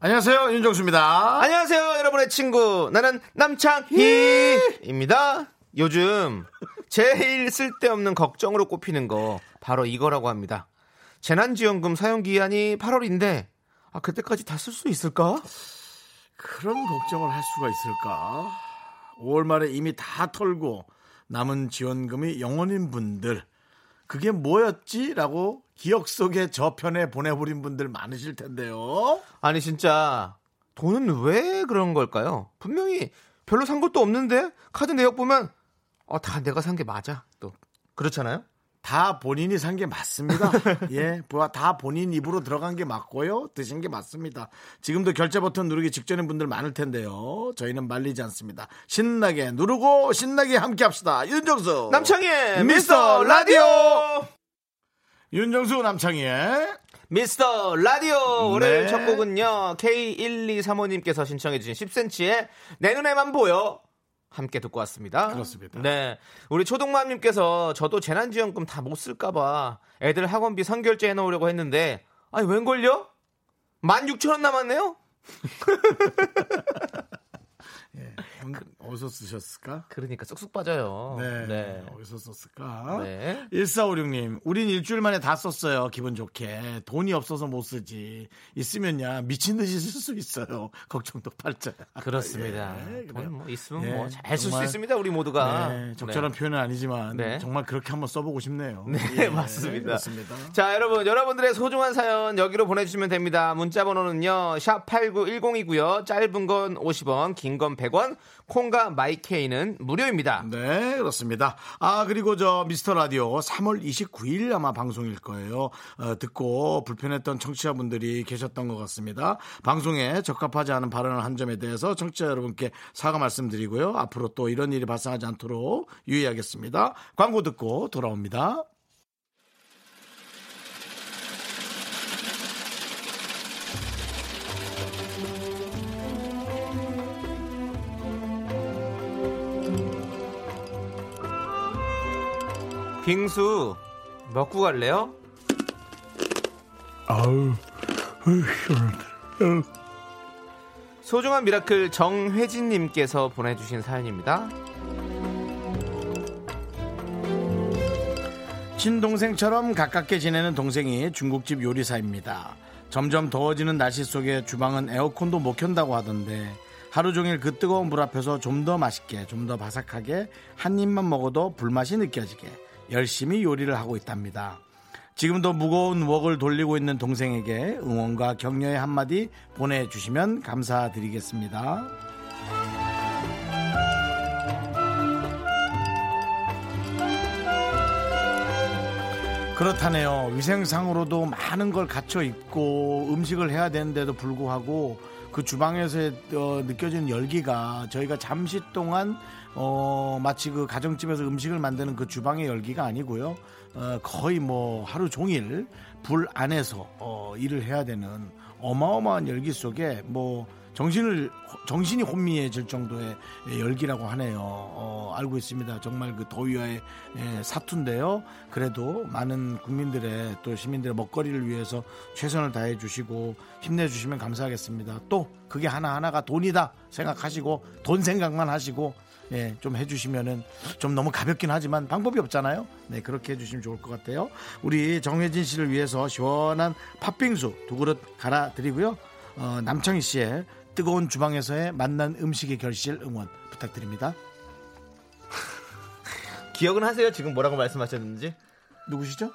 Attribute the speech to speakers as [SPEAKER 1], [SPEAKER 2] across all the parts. [SPEAKER 1] 안녕하세요
[SPEAKER 2] 어?
[SPEAKER 1] 윤정수입니다.
[SPEAKER 2] 안녕하세요, 여러분의 친구. 나는 남창희입니다. 요즘 제일 쓸데없는 걱정으로 꼽히는 거 바로 이거라고 합니다. 재난지원금 사용 기한이 8월인데 아 그때까지 다 쓸 수 있을까?
[SPEAKER 1] 그런 걱정을 할 수가 있을까? 5월 말에 이미 다 털고 남은 지원금이 영원인 분들 그게 뭐였지라고 기억 속에 저편에 보내버린 분들 많으실 텐데요.
[SPEAKER 2] 아니 진짜 돈은 왜 그런 걸까요? 분명히 별로 산 것도 없는데 카드 내역 보면 어, 다 내가 산 게 맞아. 또 그렇잖아요.
[SPEAKER 1] 다 본인이 산 게 맞습니다. 예, 뭐야, 다 본인 입으로 들어간 게 맞고요, 드신 게 맞습니다. 지금도 결제 버튼 누르기 직전인 분들 많을 텐데요. 저희는 말리지 않습니다. 신나게 누르고 신나게 함께합시다. 윤정수
[SPEAKER 2] 남창희의 어. 미스터 라디오.
[SPEAKER 1] 윤정수 남창희의
[SPEAKER 2] 미스터 라디오 오늘
[SPEAKER 1] 네.
[SPEAKER 2] 첫 곡은요 K1235님께서 신청해주신 10cm의 내 눈에만 보여 함께 듣고 왔습니다.
[SPEAKER 1] 그렇습니다.
[SPEAKER 2] 네, 우리 초동맘님께서 저도 재난지원금 다 못 쓸까봐 애들 학원비 선결제 해놓으려고 했는데 아니 웬걸요? 16,000원 남았네요.
[SPEAKER 1] 그, 어디서 쓰셨을까?
[SPEAKER 2] 그러니까 쑥쑥 빠져요.
[SPEAKER 1] 네,
[SPEAKER 2] 네.
[SPEAKER 1] 어디서 썼을까?
[SPEAKER 2] 네.
[SPEAKER 1] 1456님, 우린 일주일 만에 다 썼어요. 기분 좋게. 돈이 없어서 못 쓰지. 있으면야 미친 듯이 쓸 수 있어요. 걱정도 팔자.
[SPEAKER 2] 그렇습니다.
[SPEAKER 1] 아, 예, 그래요.
[SPEAKER 2] 돈 뭐 있으면
[SPEAKER 1] 예,
[SPEAKER 2] 뭐 잘 쓸 수
[SPEAKER 1] 정말,
[SPEAKER 2] 있습니다. 우리 모두가
[SPEAKER 1] 네, 적절한
[SPEAKER 2] 네.
[SPEAKER 1] 표현은 아니지만
[SPEAKER 2] 네.
[SPEAKER 1] 정말 그렇게 한번 써보고 싶네요.
[SPEAKER 2] 네,
[SPEAKER 1] 예,
[SPEAKER 2] 맞습니다.
[SPEAKER 1] 그렇습니다.
[SPEAKER 2] 자, 여러분, 여러분들의 소중한 사연 여기로 보내주시면 됩니다. 문자 번호는요, 샵8910이고요. 짧은 건 50원, 긴 건 100원, 콩과 마이케이는 무료입니다.
[SPEAKER 1] 네, 그렇습니다. 아, 그리고 저 미스터 라디오 3월 29일 아마 방송일 거예요. 어, 듣고 불편했던 청취자분들이 계셨던 것 같습니다. 방송에 적합하지 않은 발언을 한 점에 대해서 청취자 여러분께 사과 말씀드리고요. 앞으로 또 이런 일이 발생하지 않도록 유의하겠습니다. 광고 듣고 돌아옵니다.
[SPEAKER 2] 빙수, 먹고 갈래요? 소중한 미라클 정회진님께서 보내주신 사연입니다.
[SPEAKER 1] 친동생처럼 가깝게 지내는 동생이 중국집 요리사입니다. 점점 더워지는 날씨 속에 주방은 에어컨도 못 켠다고 하던데 하루 종일 그 뜨거운 불 앞에서 좀 더 맛있게, 좀 더 바삭하게 한 입만 먹어도 불맛이 느껴지게 열심히 요리를 하고 있답니다. 지금도 무거운 웍을 돌리고 있는 동생에게 응원과 격려의 한마디 보내주시면 감사드리겠습니다. 그렇다네요. 위생상으로도 많은 걸 갖춰 입고 음식을 해야 되는데도 불구하고 그 주방에서 어, 느껴지는 열기가 저희가 잠시 동안 어, 마치 그 가정집에서 음식을 만드는 그 주방의 열기가 아니고요. 어, 거의 뭐 하루 종일 불 안에서 어, 일을 해야 되는 어마어마한 열기 속에 뭐 정신을 정신이 혼미해질 정도의 열기라고 하네요. 어, 알고 있습니다. 정말 그 더위와의 예, 사투인데요. 그래도 많은 국민들의 또 시민들의 먹거리를 위해서 최선을 다해 주시고 힘내 주시면 감사하겠습니다. 또 그게 하나 하나가 돈이다 생각하시고 돈 생각만 하시고 예, 좀 해주시면은 좀 너무 가볍긴 하지만 방법이 없잖아요. 네, 그렇게 해주시면 좋을 것 같아요. 우리 정혜진 씨를 위해서 시원한 팥빙수 두 그릇 갈아 드리고요. 어, 남창희 씨의 뜨거운 주방에서의 만난 음식의 결실 응원 부탁드립니다.
[SPEAKER 2] 기억은 하세요? 지금 뭐라고 말씀하셨는지?
[SPEAKER 1] 누구시죠?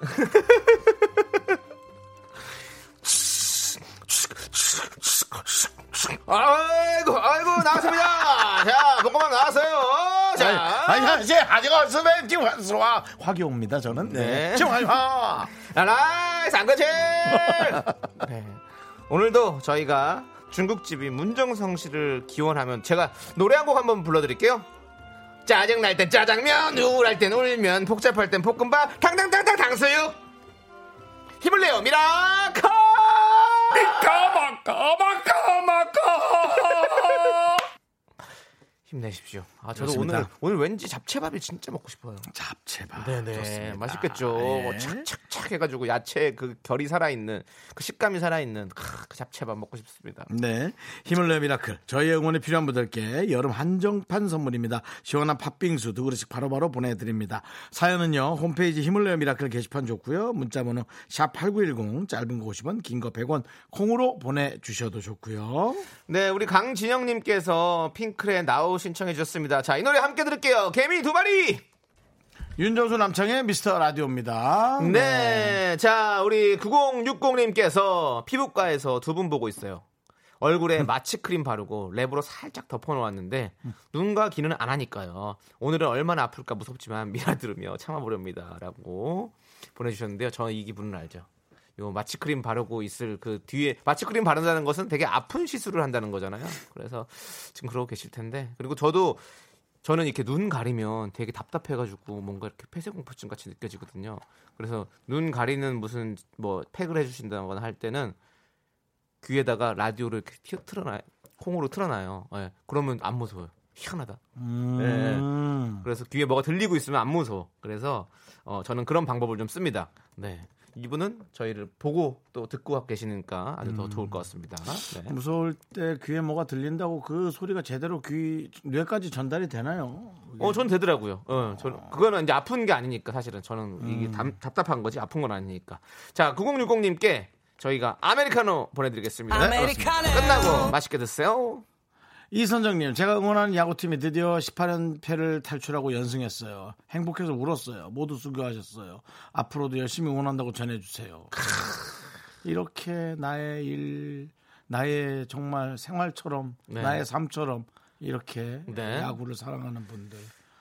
[SPEAKER 2] 아이고, 아이고, 나왔습니다! 자, 먹고만 나왔어요! 자,
[SPEAKER 1] 아니, 아니, 이제 아직 없으면 지금 와 화교입니다. 저는
[SPEAKER 2] 네. 아,
[SPEAKER 1] 네. 지금 와.
[SPEAKER 2] 라라이 상거칠 네. 오늘도 저희가 중국집이 문정성 씨를 기원하면 제가 노래 한 곡 한번 불러드릴게요. 짜증 날 땐 짜장면, 우울할 땐 울면, 복잡할 땐 볶음밥, 당당당당 당수육. 힘을 내요, 미라카! 힘내십시오. 아 저도
[SPEAKER 1] 그렇습니다.
[SPEAKER 2] 오늘 오늘 왠지 잡채밥이 진짜 먹고 싶어요.
[SPEAKER 1] 잡채밥.
[SPEAKER 2] 네네
[SPEAKER 1] 좋습니다.
[SPEAKER 2] 맛있겠죠.
[SPEAKER 1] 예.
[SPEAKER 2] 뭐 착착착 해가지고 야채 그 결이 살아있는 그 식감이 살아있는 크, 그 잡채밥 먹고 싶습니다.
[SPEAKER 1] 네. 힘을 내요 미라클. 저희의 응원이 필요한 분들께 여름 한정판 선물입니다. 시원한 팥빙수 두 그릇씩 바로바로 보내드립니다. 사연은요. 홈페이지 힘을 내요 미라클 게시판 좋고요. 문자번호 샵8910 짧은 거 50원 긴 거 100원 콩으로 보내주셔도 좋고요.
[SPEAKER 2] 네 우리 강진영님께서 핑클의 나우 신청해 주셨습니다. 자 이 노래 함께 들을게요. 개미 두 마리.
[SPEAKER 1] 윤정수 남창의 미스터 라디오입니다.
[SPEAKER 2] 네. 자, 우리 9060님께서 피부과에서 두 분 보고 있어요. 얼굴에 마취크림 바르고 랩으로 살짝 덮어놓았는데 눈과 귀는 안 하니까요. 오늘은 얼마나 아플까 무섭지만 미라 들으며 참아보렵니다. 라고 보내주셨는데요. 저 이 기분은 알죠. 요 마취크림 바르고 있을 그 뒤에 마취크림 바른다는 것은 되게 아픈 시술을 한다는 거잖아요. 그래서 지금 그러고 계실 텐데 그리고 저도 저는 이렇게 눈 가리면 되게 답답해가지고 뭔가 이렇게 폐쇄공포증 같이 느껴지거든요. 그래서 눈 가리는 무슨 뭐 팩을 해주신다거나 할 때는 귀에다가 라디오를 이렇게 튀어 틀어놔 콩으로 틀어놔요. 예. 그러면 안 무서워요. 희한하다. 예,
[SPEAKER 1] 음.
[SPEAKER 2] 그래서 귀에 뭐가 들리고 있으면 안 무서워. 그래서 어, 저는 그런 방법을 좀 씁니다. 네. 이분은 저희를 보고 또 듣고 계시니까 아주 더 좋을 것 같습니다. 네.
[SPEAKER 1] 무서울 때 귀에 뭐가 들린다고 그 소리가 제대로 귀 뇌까지 전달이 되나요?
[SPEAKER 2] 어, 전 되더라고요. 어, 전 그거는 이제 아픈 게 아니니까 사실은 저는
[SPEAKER 1] 음.
[SPEAKER 2] 이게 담- 답답한 거지 아픈 건 아니니까. 자, 9060님께 저희가 아메리카노 보내드리겠습니다.
[SPEAKER 3] 네, 아메리카노.
[SPEAKER 2] 끝나고 맛있게 드세요.
[SPEAKER 1] 이선정님, 제가 응원하는 야구팀이 드디어 18연패를 탈출하고 연승했어요. 행복해서 울었어요. 모두 수고하셨어요. 앞으로도 열심히 응원한다고 전해주세요. 이렇게 나의 일, 나의 정말 생활처럼,
[SPEAKER 2] 네.
[SPEAKER 1] 나의 삶처럼 이렇게
[SPEAKER 2] 네.
[SPEAKER 1] 야구를 사랑하는 분들.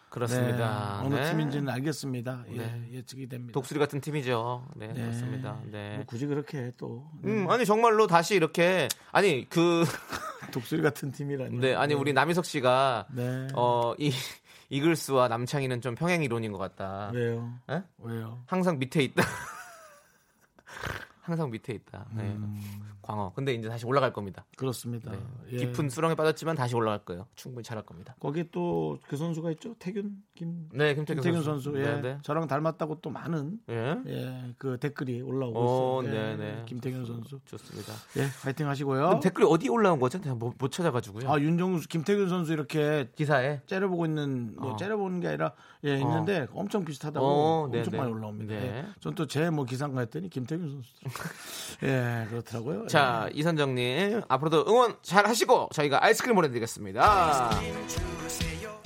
[SPEAKER 2] 그렇습니다.
[SPEAKER 1] 네, 어느
[SPEAKER 2] 네.
[SPEAKER 1] 팀인지는 알겠습니다. 예,
[SPEAKER 2] 네.
[SPEAKER 1] 예측이 됩니다.
[SPEAKER 2] 독수리 같은 팀이죠. 네,
[SPEAKER 1] 네.
[SPEAKER 2] 그렇습니다. 네.
[SPEAKER 1] 뭐 굳이 그렇게 또
[SPEAKER 2] 음, 아니 정말로 다시 이렇게 아니 그
[SPEAKER 1] 독수리 같은 팀이라니.
[SPEAKER 2] 네, 아니 우리 남희석 씨가
[SPEAKER 1] 네.
[SPEAKER 2] 어, 이 이글스와 남창희는 좀 평행 이론인 것 같다.
[SPEAKER 1] 왜요?
[SPEAKER 2] 에?
[SPEAKER 1] 왜요?
[SPEAKER 2] 항상 밑에 있다. 항상 밑에 있다. 네. 광어. 근데 이제 다시 올라갈 겁니다.
[SPEAKER 1] 그렇습니다.
[SPEAKER 2] 네.
[SPEAKER 1] 예.
[SPEAKER 2] 깊은 수렁에 빠졌지만 다시 올라갈 거예요. 충분히 잘할 겁니다.
[SPEAKER 1] 거기 또 그 선수가 있죠 태균 김
[SPEAKER 2] 네, 김태균,
[SPEAKER 1] 김태균 선수, 예
[SPEAKER 2] 네, 네.
[SPEAKER 1] 저랑 닮았다고 또 많은
[SPEAKER 2] 예.
[SPEAKER 1] 예 그 댓글이 올라오고
[SPEAKER 2] 오,
[SPEAKER 1] 있어요.
[SPEAKER 2] 네,
[SPEAKER 1] 예,
[SPEAKER 2] 네.
[SPEAKER 1] 김태균 선수
[SPEAKER 2] 좋습니다.
[SPEAKER 1] 예 파이팅 하시고요.
[SPEAKER 2] 댓글이 어디 올라온 거죠? 제가 못, 못 찾아가지고요.
[SPEAKER 1] 아 윤정수 김태균 선수 이렇게
[SPEAKER 2] 기사에.
[SPEAKER 1] 째려보고 있는 뭐
[SPEAKER 2] 어.
[SPEAKER 1] 째려보는 게 아니라 예 있는데 엄청 비슷하다고
[SPEAKER 2] 어,
[SPEAKER 1] 엄청
[SPEAKER 2] 네,
[SPEAKER 1] 많이
[SPEAKER 2] 네.
[SPEAKER 1] 올라옵니다.
[SPEAKER 2] 네.
[SPEAKER 1] 전 또 제 뭐 기상가 했더니 김태균 선수 예 그렇더라고요.
[SPEAKER 2] 자, 이선정님. 앞으로도 응원 잘 하시고 저희가 아이스크림 보내드리겠습니다.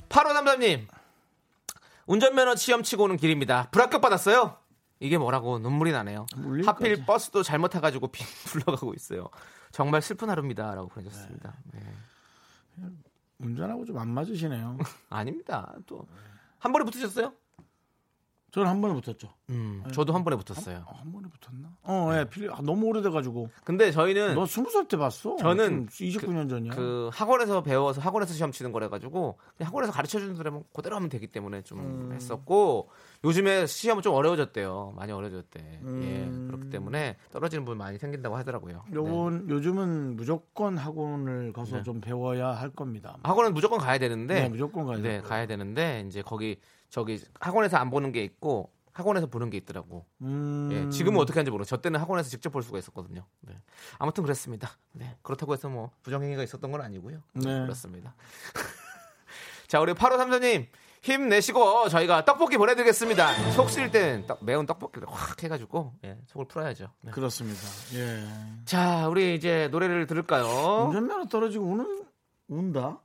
[SPEAKER 2] 8호 남자님. 운전면허 시험 치고 오는 길입니다. 불합격 받았어요. 이게 뭐라고 눈물이 나네요.
[SPEAKER 1] 물릴
[SPEAKER 2] 하필
[SPEAKER 1] 거지.
[SPEAKER 2] 버스도 잘못 타가지고 빙 둘러가고 있어요. 정말 슬픈 하루입니다라고 보내셨습니다. 네.
[SPEAKER 1] 예. 운전하고 좀 안 맞으시네요.
[SPEAKER 2] 아닙니다. 또 한 번에 붙으셨어요?
[SPEAKER 1] 저는 한 번에 붙었죠.
[SPEAKER 2] 음, 저도 한 번에 붙었어요.
[SPEAKER 1] 아, 네. 한 번에 붙었나? 어, 예, 필 아, 너무 오래돼가지고.
[SPEAKER 2] 근데 저희는
[SPEAKER 1] 너 스무 살 때 봤어?
[SPEAKER 2] 저는
[SPEAKER 1] 지금 29년 전이야.
[SPEAKER 2] 그 학원에서 배워서 학원에서 시험 치는 거래 가지고 학원에서 가르쳐 주는 사람은 그대로 하면 되기 때문에 좀
[SPEAKER 1] 음.
[SPEAKER 2] 했었고 요즘에 시험은 좀 어려워졌대요. 많이 어려워졌대. 예. 그렇기 때문에 떨어지는 분 많이 생긴다고 하더라고요. 네.
[SPEAKER 1] 음. 요건 요즘은 무조건 학원을 가서 좀 배워야 할 겁니다.
[SPEAKER 2] 학원은 무조건 가야 되는데
[SPEAKER 1] 네, 무조건 가야
[SPEAKER 2] 아, 네,
[SPEAKER 1] 돼요.
[SPEAKER 2] 가야 되는데 이제 거기 저기 학원에서 안 보는 게 있고 학원에서 보는 게 있더라고.
[SPEAKER 1] 음,
[SPEAKER 2] 예, 지금은 어떻게 하는지 모르고 저 때는 학원에서 직접 볼 수가 있었거든요. 네. 아무튼 그랬습니다. 네. 그렇다고 해서 뭐 부정행위가 있었던 건 아니고요.
[SPEAKER 1] 네.
[SPEAKER 2] 그렇습니다. 자, 우리 8호 삼사님 힘내시고 저희가 떡볶이 보내드리겠습니다. 속 쓰일 땐 떡- 매운 떡볶이를 확 해가지고 예, 속을 풀어야죠. 네.
[SPEAKER 1] 그렇습니다. 예.
[SPEAKER 2] 자, 우리 이제 노래를 들을까요?
[SPEAKER 1] 운전면허 떨어지고 우는 운다?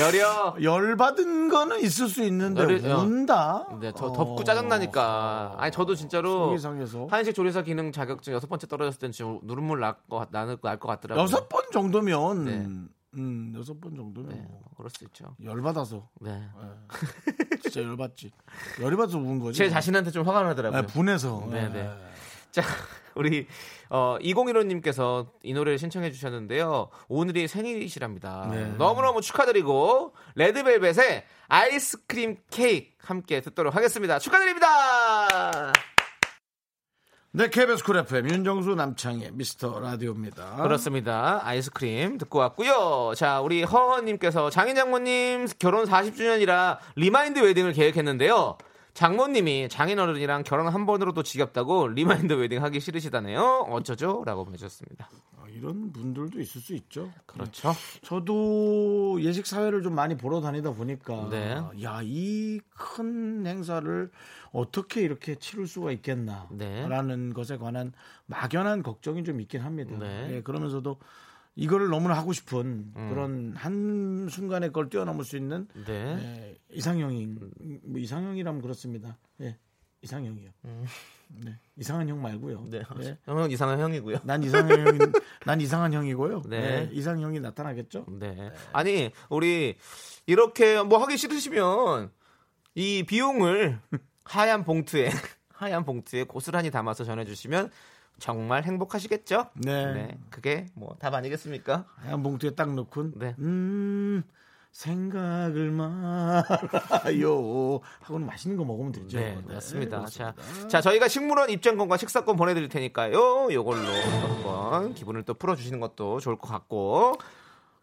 [SPEAKER 2] 여려.
[SPEAKER 1] 열 받은 거는 있을 수 있는데
[SPEAKER 2] 열이- 어.
[SPEAKER 1] 운다?
[SPEAKER 2] 네, 저 덥고 짜증나니까. 아니, 저도 진짜로
[SPEAKER 1] 속이 상해서
[SPEAKER 2] 한식 조리사 기능 자격증 여섯 번째 떨어졌을 땐 지금 눈물 날것 나는 날것 같더라고요.
[SPEAKER 1] 여섯 번 정도면
[SPEAKER 2] 네.
[SPEAKER 1] 음, 여섯 번 정도면
[SPEAKER 2] 네,
[SPEAKER 1] 뭐,
[SPEAKER 2] 그럴 수 있죠.
[SPEAKER 1] 열 받아서
[SPEAKER 2] 네.
[SPEAKER 1] 진짜 열 받지. 열이 받아서 우는 거지. 아,
[SPEAKER 2] 제 자신한테 좀 화가 나더라고요.
[SPEAKER 1] 네, 분해서.
[SPEAKER 2] 네,
[SPEAKER 1] 네,
[SPEAKER 2] 네. 자, 우리 어, 2015님께서 이 노래를 신청해 주셨는데요. 오늘이 생일이시랍니다.
[SPEAKER 1] 네.
[SPEAKER 2] 너무너무 축하드리고 레드벨벳의 아이스크림 케이크 함께 듣도록 하겠습니다. 축하드립니다.
[SPEAKER 1] 네, KBS 쿨 FM 윤정수 남창희 미스터 라디오입니다.
[SPEAKER 2] 그렇습니다. 아이스크림 듣고 왔고요. 자, 우리 허허님께서 장인 장모님 결혼 40주년이라 리마인드 웨딩을 계획했는데요. 장모님이 장인 어른이랑 결혼 한 번으로도 지겹다고 리마인드 웨딩 하기 싫으시다네요. 어쩌죠? 라고 보내주셨습니다.
[SPEAKER 1] 아, 이런 분들도 있을 수 있죠.
[SPEAKER 2] 그렇죠.
[SPEAKER 1] 저도 예식 사회를 좀 많이 보러 다니다 보니까
[SPEAKER 2] 네.
[SPEAKER 1] 야, 이 큰 행사를 어떻게 이렇게 치를 수가
[SPEAKER 2] 네.
[SPEAKER 1] 있겠나라는 것에 관한 막연한 걱정이 좀 있긴 합니다.
[SPEAKER 2] 네. 음.
[SPEAKER 1] 예, 그러면서도 이거를 너무나 하고 싶은 그런 한 순간의 걸 뛰어넘을 수 있는
[SPEAKER 2] 네.
[SPEAKER 1] 예, 이상형인 뭐 이상형이라면 그렇습니다. 예. 이상형이요. 네. 이상한 형 말고요.
[SPEAKER 2] 음. 네.
[SPEAKER 1] 예.
[SPEAKER 2] 형은 이상한 형이고요.
[SPEAKER 1] 난 이상한 형인난 이상한 형이고요.
[SPEAKER 2] 네.
[SPEAKER 1] 네. 이상형이 나타나겠죠?
[SPEAKER 2] 네. 아니, 우리 이렇게 뭐 하기 싫으시면 이 비용을 하얀 봉투에 하얀 봉투에 고스란히 담아서 전해주시면 정말 행복하시겠죠?
[SPEAKER 1] 네.
[SPEAKER 2] 그게 뭐 답 아니겠습니까?
[SPEAKER 1] 하얀 봉투에 딱 넣고
[SPEAKER 2] 네.
[SPEAKER 1] 음. 생각을 말아요. 하고는 맛있는 거 먹으면 되죠.
[SPEAKER 2] 네, 맞습니다.
[SPEAKER 1] 그렇습니다.
[SPEAKER 2] 자, 자, 저희가 식물원 입장권과 식사권 보내드릴 테니까요. 요걸로 한번 기분을 또 풀어주시는 것도 좋을 것 같고.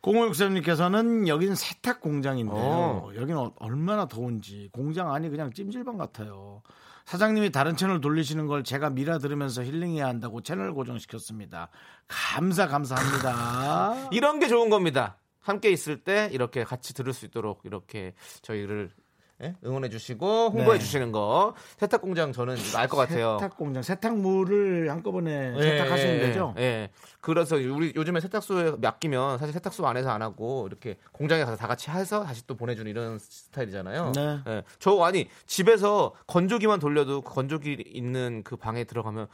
[SPEAKER 1] 0563님께서는 여긴 세탁 공장인데요.
[SPEAKER 2] 어.
[SPEAKER 1] 여긴 어- 얼마나 더운지 공장 안이 그냥 찜질방 같아요. 사장님이 다른 채널 돌리시는 걸 제가 미라 들으면서 힐링해야 한다고 채널 고정시켰습니다. 감사 감사합니다.
[SPEAKER 2] 이런 게 좋은 겁니다. 함께 있을 때 이렇게 같이 들을 수 있도록 이렇게 저희를 예? 응원해주시고 홍보해주시는 거. 세탁공장 저는 알 것 같아요.
[SPEAKER 1] 네. 세탁 공장 세탁물을 한꺼번에
[SPEAKER 2] 예,
[SPEAKER 1] 세탁하시면
[SPEAKER 2] 예,
[SPEAKER 1] 되죠.
[SPEAKER 2] 예, 예. 그래서 우리 요즘에 세탁소에 맡기면 사실 세탁소 안에서 안 하고 이렇게 공장에 가서 다 같이 해서 다시 또 보내주는 이런 스타일이잖아요.
[SPEAKER 1] 네.
[SPEAKER 2] 예. 저 아니 집에서 건조기만 돌려도 그 건조기 있는 그 방에 들어가면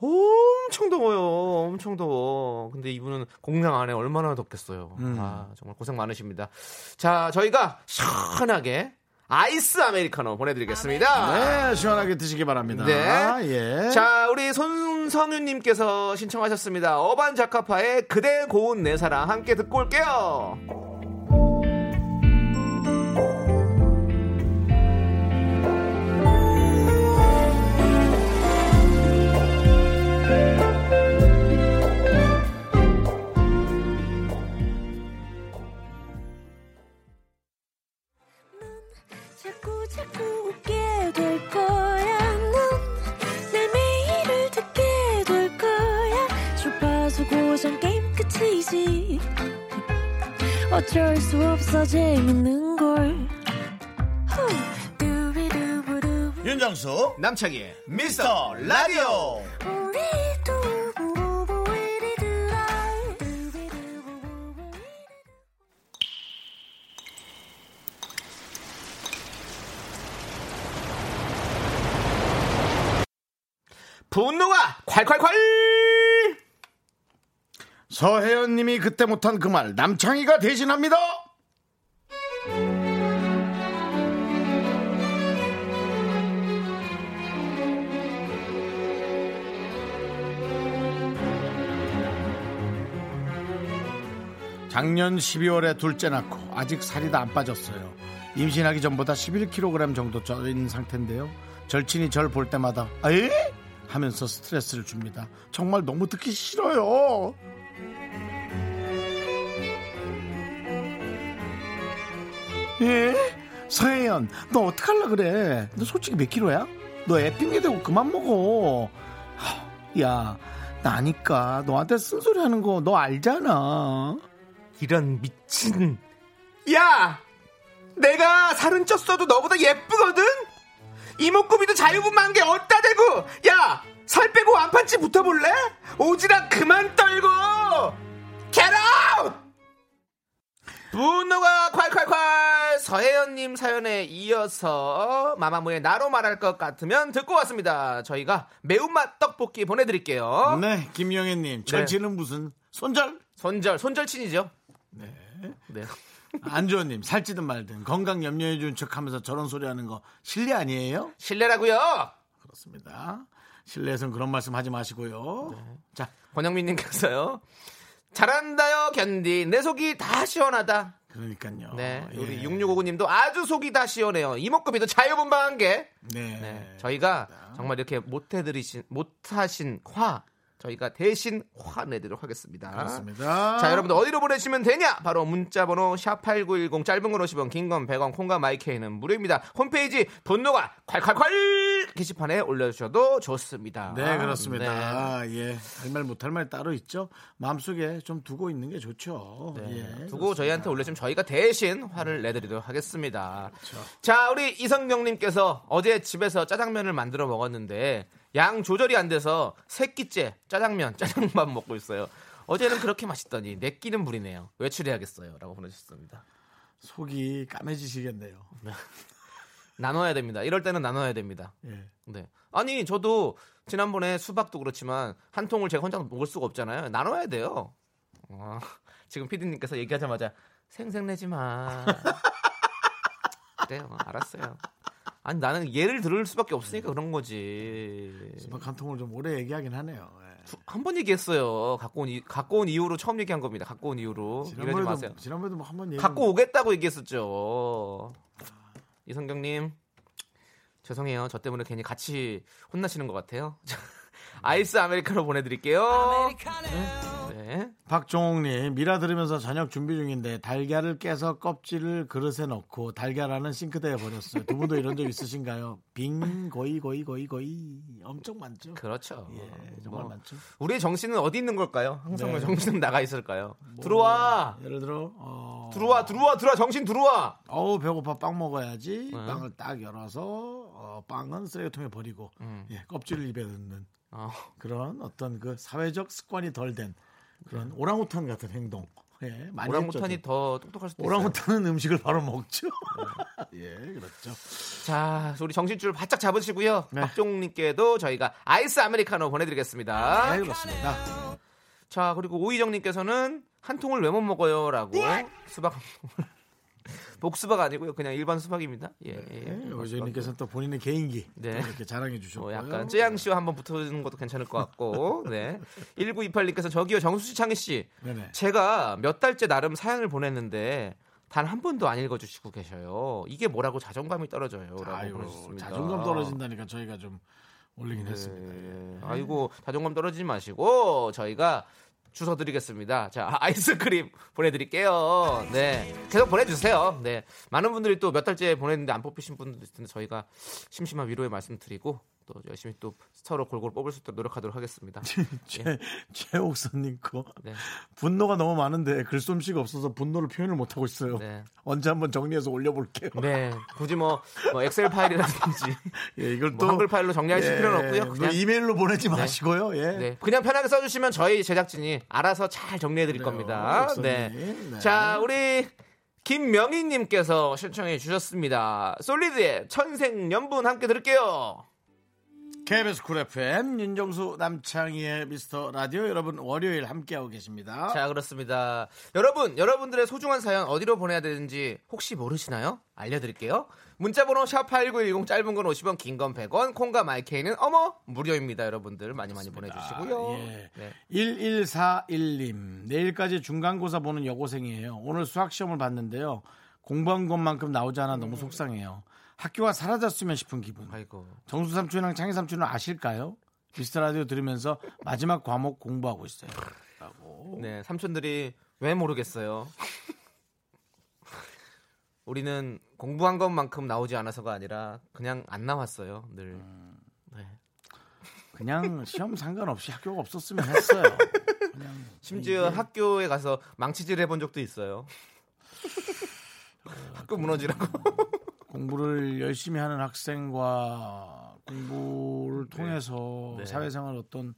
[SPEAKER 2] 엄청 더워요. 엄청 더워. 근데 이분은 공장 안에 얼마나 덥겠어요.
[SPEAKER 1] 음.
[SPEAKER 2] 아 정말 고생 많으십니다. 자 저희가 시원하게 아이스 아메리카노 보내드리겠습니다.
[SPEAKER 1] 네, 시원하게 드시기 바랍니다.
[SPEAKER 2] 네.
[SPEAKER 1] 예.
[SPEAKER 2] 자, 우리 손성윤님께서 신청하셨습니다. 어반 자카파의 그대 고운 내 사랑 함께 듣고 올게요.
[SPEAKER 3] 자꾸 자꾸 웃게 될 거야. 넌내 매일을 듣게 될 거야. 주파수 고정 게임 끝이지. 어쩔 수 없어 재밌는 걸. 후. 두비두부두.
[SPEAKER 1] 윤정수
[SPEAKER 2] 남창희의
[SPEAKER 1] 미스터 라디오.
[SPEAKER 2] 예.
[SPEAKER 3] 우리 두부부부 우리 두라. 두비두부부부 우리 두라.
[SPEAKER 2] 분노가 콸콸콸!
[SPEAKER 1] 서혜연님이 그때 못한 그 말 남창희가 대신합니다. 작년 12월에 둘째 낳고 아직 살이 다 안 빠졌어요. 임신하기 전보다 11kg 정도 쪄인 상태인데요. 절친이 절 볼 때마다 아예 하면서 스트레스를 줍니다. 정말 너무 듣기 싫어요. 예? 서혜연, 너 어떡할라 그래? 너 솔직히 몇 킬로야? 너 애 핑계 대고 그만 먹어. 하, 야, 나니까 너한테 쓴소리 하는 거 너 알잖아.
[SPEAKER 2] 이런 미친. 야! 내가 살은 쪘어도 너보다 예쁘거든? 이목구비도 자유분만한 게 어디다 대고! 야! 살 빼고 완판치 붙어볼래? 오지랖 그만 떨고! Get out! 분노가 콸콸콸! 서혜연님 사연에 이어서 마마무의 나로 말할 것 같으면 듣고 왔습니다. 저희가 매운맛 떡볶이 보내드릴게요.
[SPEAKER 1] 네, 김영애님, 절친은 무슨 손절?
[SPEAKER 2] 손절, 손절친이죠? 네.
[SPEAKER 1] 안주원님, 살찌든 말든 건강 염려해주는 척하면서 저런 소리 하는 거 실례 아니에요?
[SPEAKER 2] 실례라고요
[SPEAKER 1] 그렇습니다. 실내에서는 그런 말씀 하지 마시고요. 자,
[SPEAKER 2] 권영민님께서요. 잘한다요 견디 내 속이 다 시원하다
[SPEAKER 1] 그러니까요.
[SPEAKER 2] 네, 우리
[SPEAKER 1] 예.
[SPEAKER 2] 6659님도 아주 속이 다 시원해요. 이목구비도 자유분방한 게.
[SPEAKER 1] 네.
[SPEAKER 2] 네, 저희가 정말 이렇게 못해드리신, 못하신 화, 저희가 대신 화내도록 하겠습니다.
[SPEAKER 1] 그렇습니다.
[SPEAKER 2] 자, 여러분들 어디로 보내시면 되냐? 바로 문자번호 샵8910, 짧은 건 50원, 긴 건 100원, 콩과 마이케이는 무료입니다. 홈페이지 분노가 콸콸콸 게시판에 올려주셔도 좋습니다.
[SPEAKER 1] 네, 그렇습니다. 예. 할 말 못할 말 따로 있죠. 마음속에 좀 두고 있는 게 좋죠. 예.
[SPEAKER 2] 네. 두고 저희한테 올려주면 저희가 대신 화를 내드리도록 하겠습니다.
[SPEAKER 1] 그렇죠.
[SPEAKER 2] 자, 우리 이성경님께서 어제 집에서 짜장면을 만들어 먹었는데 양 조절이 안 돼서 세 끼째 짜장면, 짜장밥 먹고 있어요. 어제는 그렇게 맛있더니 내 끼는 물이네요. 외출해야겠어요라고 보내주셨습니다.
[SPEAKER 1] 속이 까매지시겠네요.
[SPEAKER 2] 나눠야 됩니다. 이럴 때는 나눠야 됩니다.
[SPEAKER 1] 예.
[SPEAKER 2] 네. 아니 저도 지난번에 수박도 그렇지만 한 통을 제가 혼자 먹을 수가 없잖아요. 나눠야 돼요. 아, 지금 피디님께서 얘기하자마자 생색내지 마. 그래요. 알았어요. 아니 나는 예를 들을 수밖에 없으니까 그런 거지.
[SPEAKER 1] 수박 한 통을 좀 오래 얘기하긴 하네요. 예.
[SPEAKER 2] 한 번 얘기했어요. 갖고 온, 이, 갖고 온 이후로 처음 얘기한 겁니다. 갖고 온 어, 이후로 이러지 마세요.
[SPEAKER 1] 지난번에도 지난번에도 뭐 한번 얘기
[SPEAKER 2] 갖고 오겠다고 얘기했었죠. 이성경님 죄송해요. 저 때문에 괜히 같이 혼나시는 것 같아요.
[SPEAKER 1] 음.
[SPEAKER 2] 아이스 아메리카노 보내드릴게요. 네.
[SPEAKER 1] 박종옥님 미라 들으면서 저녁 준비 중인데 달걀을 깨서 껍질을 그릇에 넣고 달걀 안은 싱크대에 버렸어요. 두 분도 이런 적 있으신가요? 빙 거의 거의 거의 거의 엄청 많죠.
[SPEAKER 2] 그렇죠.
[SPEAKER 1] 예, 정말
[SPEAKER 2] 뭐,
[SPEAKER 1] 많죠.
[SPEAKER 2] 우리의 정신은 어디 있는 걸까요? 항상
[SPEAKER 1] 네.
[SPEAKER 2] 왜 정신은 나가 있을까요? 들어와,
[SPEAKER 1] 예를 들어 어,
[SPEAKER 2] 들어와, 들어와, 들어와, 정신 들어와.
[SPEAKER 1] 어우 배고파 빵
[SPEAKER 2] 네.
[SPEAKER 1] 먹어야지 빵을 딱 열어서 어, 빵은 쓰레기통에 버리고
[SPEAKER 2] 음.
[SPEAKER 1] 예, 껍질을 입에 넣는
[SPEAKER 2] 어,
[SPEAKER 1] 그런 어떤 그 사회적 습관이 덜 된 그런 오랑우탄 같은 행동. 예, 많이
[SPEAKER 2] 오랑우탄이
[SPEAKER 1] 했죠.
[SPEAKER 2] 더 똑똑할 수도 있어요. 네.
[SPEAKER 1] 오랑우탄은 음식을 바로 먹죠. 예, 그렇죠.
[SPEAKER 2] 자, 우리 정신줄 바짝 잡으시고요.
[SPEAKER 1] 네.
[SPEAKER 2] 박종욱님께도 저희가 아이스 아메리카노 아, 보내드리겠습니다.
[SPEAKER 1] 네, 그렇습니다.
[SPEAKER 2] 자 그리고 오희정님께서는 한 통을 왜 못 먹어요라고 수박 한 통을 복수박 아니고요 그냥 일반 수박입니다. 예.
[SPEAKER 1] 네,
[SPEAKER 2] 예.
[SPEAKER 1] 여주님께서는 또 본인의 개인기
[SPEAKER 2] 네.
[SPEAKER 1] 또 이렇게 자랑해 주셨고요.
[SPEAKER 2] 뭐 약간 쯔양 씨와 한번 붙어주는 것도 괜찮을 것 같고, 네. 1928님께서 저기요 정수지 창희 씨,
[SPEAKER 1] 네네.
[SPEAKER 2] 제가 몇 달째 나름 사연을 보냈는데 단 한 번도 안 읽어주시고 계셔요. 이게 뭐라고 자존감이 떨어져요라고
[SPEAKER 1] 아유,
[SPEAKER 2] 보내주셨습니다.
[SPEAKER 1] 자존감 떨어진다니까 저희가 좀 올리긴 했습니다.
[SPEAKER 2] 네. 아이고 자존감 떨어지지 마시고 저희가 주소 드리겠습니다. 자 아, 아이스크림 보내드릴게요. 네 계속 보내주세요. 네 많은 분들이 또 몇 달째 보냈는데 안 뽑히신 분들도 있을 텐데 저희가 심심한 위로의 말씀 드리고 또 열심히 또 서로 골고루 뽑을 수 있도록 노력하도록 하겠습니다.
[SPEAKER 1] 최 최옥선님 거
[SPEAKER 2] 네.
[SPEAKER 1] 분노가 너무 많은데 글솜씨가 없어서 분노를 표현을 못 하고 있어요.
[SPEAKER 2] 네.
[SPEAKER 1] 언제 한번 정리해서 올려볼게요.
[SPEAKER 2] 네 굳이 뭐, 뭐 엑셀 파일이라든지
[SPEAKER 1] 예, 이걸
[SPEAKER 2] 뭐
[SPEAKER 1] 또
[SPEAKER 2] 한글 파일로 정리하실 필요는 없고요.
[SPEAKER 1] 그냥
[SPEAKER 2] 그냥
[SPEAKER 1] 이메일로 보내지 마시고요. 예.
[SPEAKER 2] 네, 그냥 편하게 써주시면 저희 제작진이 알아서 잘 정리해드릴
[SPEAKER 1] 그래요,
[SPEAKER 2] 겁니다.
[SPEAKER 1] 역사님.
[SPEAKER 2] 네.
[SPEAKER 1] 네.
[SPEAKER 2] 자, 우리 김명희님께서 신청해 주셨습니다. 솔리드의 천생연분 함께 들을게요.
[SPEAKER 1] KBS 쿨 FM 윤정수 남창희의 미스터 라디오 여러분 월요일 함께하고 계십니다.
[SPEAKER 2] 자, 그렇습니다. 여러분, 여러분들의 소중한 사연 어디로 보내야 되는지 혹시 모르시나요? 알려드릴게요. 문자번호 샵8910 짧은 건 50원, 긴 건 100원, 콩과 마이케이는 어머! 무료입니다. 여러분들 많이 많이 보내주시고요.
[SPEAKER 1] 예.
[SPEAKER 2] 네.
[SPEAKER 1] 1141님 내일까지 중간고사 보는 여고생이에요. 오늘 수학 시험을 봤는데요. 공부한 것만큼 나오지 않아 너무 속상해요. 학교가 사라졌으면 싶은 기분.
[SPEAKER 2] 아이고.
[SPEAKER 1] 정수 삼촌이랑 창희 삼촌은 아실까요? 미스터 라디오 들으면서 마지막 과목 공부하고 있어요.
[SPEAKER 2] 네, 삼촌들이 왜 모르겠어요. 우리는 공부한 것만큼 나오지 않아서가 아니라 그냥 안 나왔어요, 늘. 네.
[SPEAKER 1] 그냥 시험 상관없이 학교가 없었으면 했어요.
[SPEAKER 2] 심지어 학교에 가서 망치질 해본 적도 있어요. 학교 무너지라고.
[SPEAKER 1] 공부를 열심히 하는 학생과 공부를 통해서
[SPEAKER 2] 네.
[SPEAKER 1] 사회생활 어떤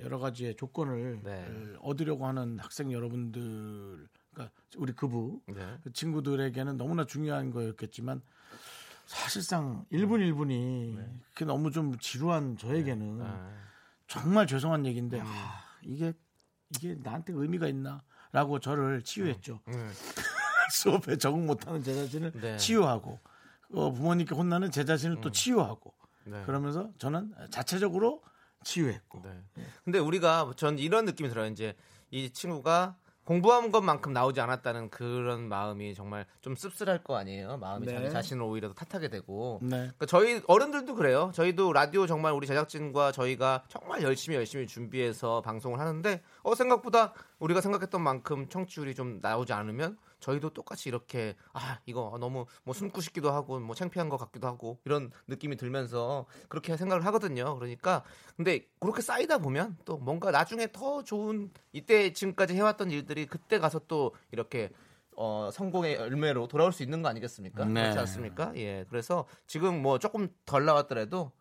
[SPEAKER 1] 여러 가지의 조건을
[SPEAKER 2] 네.
[SPEAKER 1] 얻으려고 하는 학생 여러분들, 그러니까 우리 그부
[SPEAKER 2] 네.
[SPEAKER 1] 그 친구들에게는 너무나 중요한 거였겠지만 사실상
[SPEAKER 2] 네.
[SPEAKER 1] 1분 1분이 그게 너무 좀 지루한 저에게는
[SPEAKER 2] 네. 아.
[SPEAKER 1] 정말 죄송한 얘기인데
[SPEAKER 2] 음.
[SPEAKER 1] 아, 이게 이게 나한테 의미가 있나라고 저를 치유했죠. 수업에 적응 못하는 제 자신을
[SPEAKER 2] 음. 네. 음.
[SPEAKER 1] 치유하고 어, 부모님께 혼나는 제 자신을 또 치유하고
[SPEAKER 2] 네.
[SPEAKER 1] 그러면서 저는 자체적으로 치유했고.
[SPEAKER 2] 근데 우리가 전 이런 느낌이 들어요. 이제 이 친구가 공부한 것만큼 나오지 않았다는 그런 마음이 정말 좀 씁쓸할 거 아니에요. 마음이
[SPEAKER 1] 네.
[SPEAKER 2] 자기 자신을 오히려 더 탓하게 되고.
[SPEAKER 1] 네.
[SPEAKER 2] 그러니까 저희 어른들도 그래요. 저희도 라디오 정말 우리 제작진과 저희가 정말 열심히 열심히 준비해서 방송을 하는데 어 생각보다 우리가 생각했던 만큼 청취율이 좀 나오지 않으면 저희도 똑같이 이렇게 아 이거 너무 뭐 숨고 싶기도 하고 뭐 창피한 것 같기도 하고 이런 느낌이 들면서 그렇게 생각을 하거든요. 그러니까 근데 그렇게 쌓이다 보면 또 뭔가 나중에 더 좋은 이때 지금까지 해왔던 일들이 그때 가서 또 이렇게 어, 성공의 열매로 돌아올 수 있는 거 아니겠습니까?
[SPEAKER 1] 네.
[SPEAKER 2] 그렇지 않습니까? 예. 그래서 지금 뭐 조금 덜 나왔더라도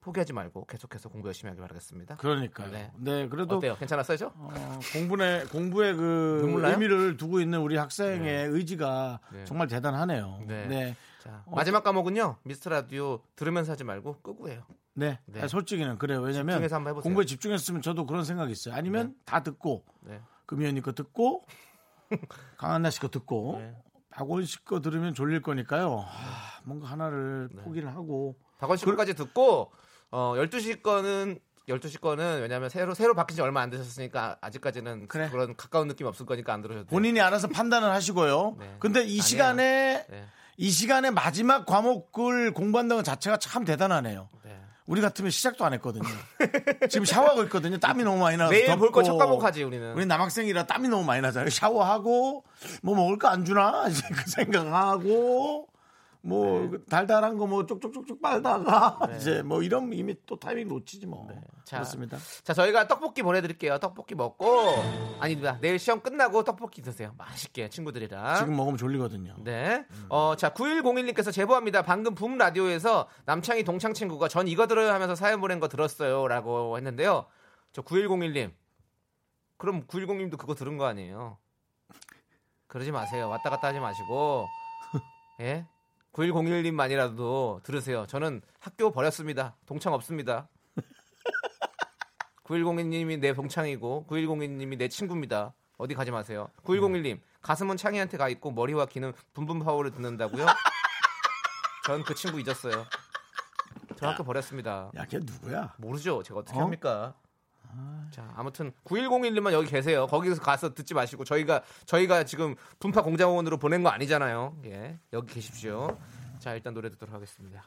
[SPEAKER 2] 포기하지 말고 계속해서 공부 열심히 하길 바라겠습니다.
[SPEAKER 1] 그러니까요. 네.
[SPEAKER 2] 네.
[SPEAKER 1] 그래도
[SPEAKER 2] 어때요? 괜찮았어요? 저?
[SPEAKER 1] 어, 공부의 공부의 그
[SPEAKER 2] 눈물 나요?
[SPEAKER 1] 의미를 두고 있는 우리 학생의 의지가
[SPEAKER 2] 네.
[SPEAKER 1] 정말 대단하네요. 네.
[SPEAKER 2] 네.
[SPEAKER 1] 네.
[SPEAKER 2] 자, 마지막 과목은요. 미스터 라디오 들으면서 하지 말고 끄고 해요. 네.
[SPEAKER 1] 아니, 솔직히는 그래요. 왜냐면
[SPEAKER 2] 집중해서 한번 해보세요.
[SPEAKER 1] 공부에 집중했으면 저도 그런 생각이 있어요. 아니면 다 듣고
[SPEAKER 2] 네.
[SPEAKER 1] 금연이 거 듣고 강한나 씨 거 듣고
[SPEAKER 2] 네.
[SPEAKER 1] 박원 씨 거 들으면 졸릴 거니까요. 아, 뭔가 하나를
[SPEAKER 2] 네.
[SPEAKER 1] 포기를 하고
[SPEAKER 2] 박원 씨 끝까지 듣고 어 12시 거는 12시 거는 왜냐면 새로 새로 바뀐 지 얼마 안 되셨으니까 아직까지는
[SPEAKER 1] 그래.
[SPEAKER 2] 그런 가까운 느낌 없을 거니까 안 들으셔도 돼요.
[SPEAKER 1] 본인이 알아서 판단을 하시고요.
[SPEAKER 2] 네.
[SPEAKER 1] 근데 이
[SPEAKER 2] 아니에요.
[SPEAKER 1] 시간에
[SPEAKER 2] 네.
[SPEAKER 1] 이 시간에 마지막 과목을 공부한다는 것 자체가 참 대단하네요.
[SPEAKER 2] 네.
[SPEAKER 1] 우리 같으면 시작도 안 했거든요. 지금 샤워하고 있거든요. 땀이 너무 많이 나서
[SPEAKER 2] 내일 볼
[SPEAKER 1] 덥고.
[SPEAKER 2] 거 첫 과목 하지 우리는.
[SPEAKER 1] 우리 남학생이라 땀이 너무 많이 나잖아요. 샤워하고 뭐 먹을 거 안 주나 이제 그 생각하고 뭐
[SPEAKER 2] 네.
[SPEAKER 1] 달달한 거 뭐 쪽쪽쪽쪽 빨다가 이제 뭐 이런 이미 또 타이밍 놓치지 뭐
[SPEAKER 2] 네. 자.
[SPEAKER 1] 그렇습니다.
[SPEAKER 2] 자 저희가 떡볶이 보내드릴게요. 떡볶이 먹고 아닙니다. 내일 시험 끝나고 떡볶이 드세요. 맛있게 친구들이랑.
[SPEAKER 1] 지금 먹으면 졸리거든요.
[SPEAKER 2] 아? 네. 어, 자, 9101님께서 제보합니다. 방금 붐 라디오에서 남창희 동창 친구가 전 이거 들어요 하면서 사연 보낸 거 들었어요. 라고 했는데요. 저 9101님. 그럼 9101님도 그거 들은 거 아니에요? 그러지 마세요. 왔다 갔다 하지 마시고. 예? 9101님만이라도 들으세요. 저는 학교 버렸습니다. 동창 없습니다. 9101님이 내 동창이고 9101님이 내 친구입니다. 어디 가지 마세요. 9101님 가슴은 창희한테 가 있고 머리와 귀는 붐붐 파워를 듣는다고요? 전 그 친구 잊었어요. 저 학교 버렸습니다.
[SPEAKER 1] 야, 걔 누구야?
[SPEAKER 2] 모르죠. 제가 어떻게
[SPEAKER 1] 어?
[SPEAKER 2] 합니까? 자, 아무튼 9101님만 여기 계세요. 거기서 가서 듣지 마시고 저희가 저희가 지금 분파 공장원으로 보낸 거 아니잖아요. 예. 여기 계십시오. 자, 일단 노래 듣도록 하겠습니다.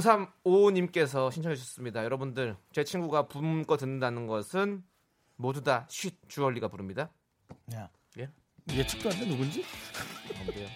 [SPEAKER 2] 5355님께서 신청해 주셨습니다. 여러분들, 제 친구가 붐거 듣는다는 것은 모두 다 쉿, 주얼리가 부릅니다.
[SPEAKER 1] 야,
[SPEAKER 2] 예.
[SPEAKER 1] 얘 측도 안돼 누군지?
[SPEAKER 2] 안 돼요.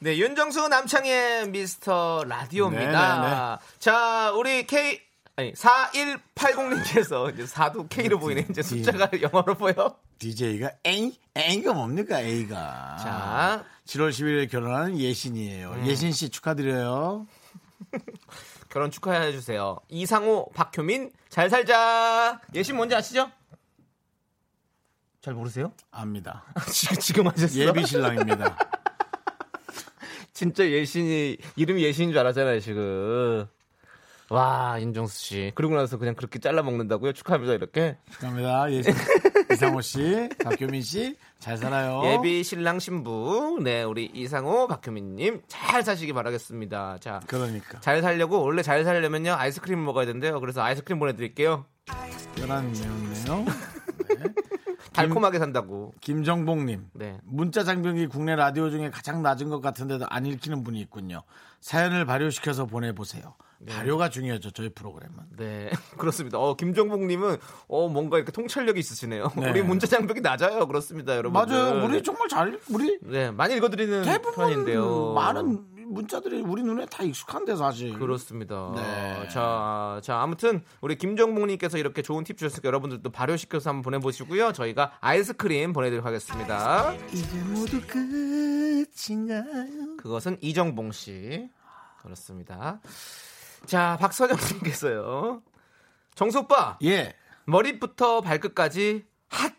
[SPEAKER 2] 네, 윤정수 남창의 미스터 라디오입니다. 자, 우리 K 아니 4180님께서 이제 4도 K로 보이네. 이제 숫자가 영어로 보여.
[SPEAKER 1] DJ가 에이? 에이가 뭡니까, 에이가?
[SPEAKER 2] 자, 음.
[SPEAKER 1] 7월 11일 결혼하는 예신이에요. 예신 씨 축하드려요.
[SPEAKER 2] 결혼 축하해 주세요. 이상호, 박효민, 잘 살자. 예신 뭔지 아시죠? 잘 모르세요?
[SPEAKER 1] 압니다.
[SPEAKER 2] 지금 지금 하셨어?
[SPEAKER 1] 예비 신랑입니다.
[SPEAKER 2] 진짜 예신이 이름이 예신인 줄 알았잖아요 지금. 와 윤정수 씨 그러고 나서 그냥 그렇게 잘라 먹는다고요 축하합니다 이렇게
[SPEAKER 1] 축하합니다. 예신 이상호 씨, 박효민 씨, 잘 살아요.
[SPEAKER 2] 어? 예비 신랑 신부 네 우리 이상호 박효민님 잘 사시기 바라겠습니다 자 잘
[SPEAKER 1] 그러니까
[SPEAKER 2] 살려고 원래 잘 살려면요 아이스크림 먹어야 된대요 그래서 아이스크림 보내드릴게요
[SPEAKER 1] 연한 내용이네요.
[SPEAKER 2] 달콤하게 산다고
[SPEAKER 1] 김정복님.
[SPEAKER 2] 네
[SPEAKER 1] 문자 장병이 국내 라디오 중에 가장 낮은 것 같은데도 안 읽히는 분이 있군요. 사연을 발효시켜서 보내보세요. 발효가 중요하죠. 저희 프로그램은.
[SPEAKER 2] 네, 그렇습니다. 어, 김정복님은 어 뭔가 이렇게 통찰력이 있으시네요.
[SPEAKER 1] 네.
[SPEAKER 2] 우리 문자 장벽이 낮아요. 그렇습니다, 여러분.
[SPEAKER 1] 맞아요. 우리 정말 잘 우리
[SPEAKER 2] 네 많이 읽어드리는 네, 편인데요.
[SPEAKER 1] 대부분 많은 문자들이 우리 눈에 다 익숙한데 사실.
[SPEAKER 2] 그렇습니다.
[SPEAKER 1] 네.
[SPEAKER 2] 자, 자 아무튼 우리 김정복님께서 이렇게 좋은 팁 주셨으니까 여러분들도 발효시켜서 한번 보내보시고요. 저희가 아이스크림 보내드리도록 하겠습니다.
[SPEAKER 1] 이제 모두 끝인가요?
[SPEAKER 2] 그것은 이정봉 씨 그렇습니다. 자, 박선영님께서요. 정수 오빠
[SPEAKER 1] 예.
[SPEAKER 2] 머리부터 발끝까지 핫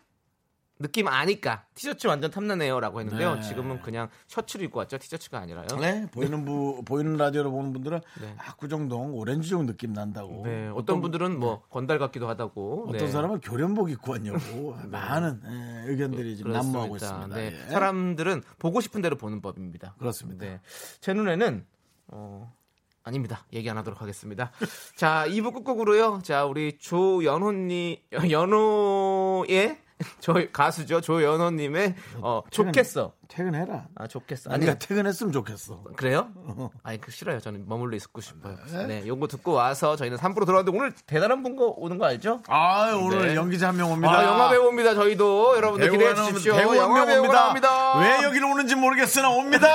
[SPEAKER 2] 느낌 아니까 티셔츠 완전 탐나네요라고 했는데요.
[SPEAKER 1] 네.
[SPEAKER 2] 지금은 그냥 셔츠를 입고 왔죠. 티셔츠가 아니라요.
[SPEAKER 1] 네, 보이는 부, 보이는 라디오로 보는 분들은
[SPEAKER 2] 그렇죠? 네.
[SPEAKER 1] 아 구정동 오렌지종 느낌 난다고.
[SPEAKER 2] 네, 어떤 분들은 뭐 건달 같기도 하다고.
[SPEAKER 1] 어떤
[SPEAKER 2] 네.
[SPEAKER 1] 사람은 교련복 입고 왔냐고 많은 예, 의견들이 지금
[SPEAKER 2] 그렇습니다.
[SPEAKER 1] 난무하고 있습니다.
[SPEAKER 2] 네,
[SPEAKER 1] 예.
[SPEAKER 2] 사람들은 보고 싶은 대로 보는 법입니다.
[SPEAKER 1] 그렇습니다.
[SPEAKER 2] 네. 제 눈에는 어 아닙니다. 얘기 안 하도록 하겠습니다. 자, 2부 끝곡으로요. 자, 우리 조연호님 연호의 저희 가수죠. 조연호님의 어 좋겠어.
[SPEAKER 1] 퇴근해라.
[SPEAKER 2] 아, 좋겠어.
[SPEAKER 1] 아니,
[SPEAKER 2] 아니
[SPEAKER 1] 가 퇴근했으면 좋겠어.
[SPEAKER 2] 그래요? 아니 그 싫어요. 저는 머물러 있고 싶어요. 네, 요거 듣고 와서 저희는 3부로 돌아왔는데 오늘 대단한 분 거 오는 거 알죠?
[SPEAKER 1] 아 오늘
[SPEAKER 2] 네.
[SPEAKER 1] 연기자 한 명 옵니다.
[SPEAKER 2] 아, 영화 배우입니다. 저희도 여러분들 기대해
[SPEAKER 1] 배우가
[SPEAKER 2] 주십시오.
[SPEAKER 1] 나오면 배우
[SPEAKER 2] 영화
[SPEAKER 1] 한명
[SPEAKER 2] 배우
[SPEAKER 1] 옵니다.
[SPEAKER 2] 나옵니다.
[SPEAKER 1] 왜 여기로 오는지 모르겠으나 옵니다.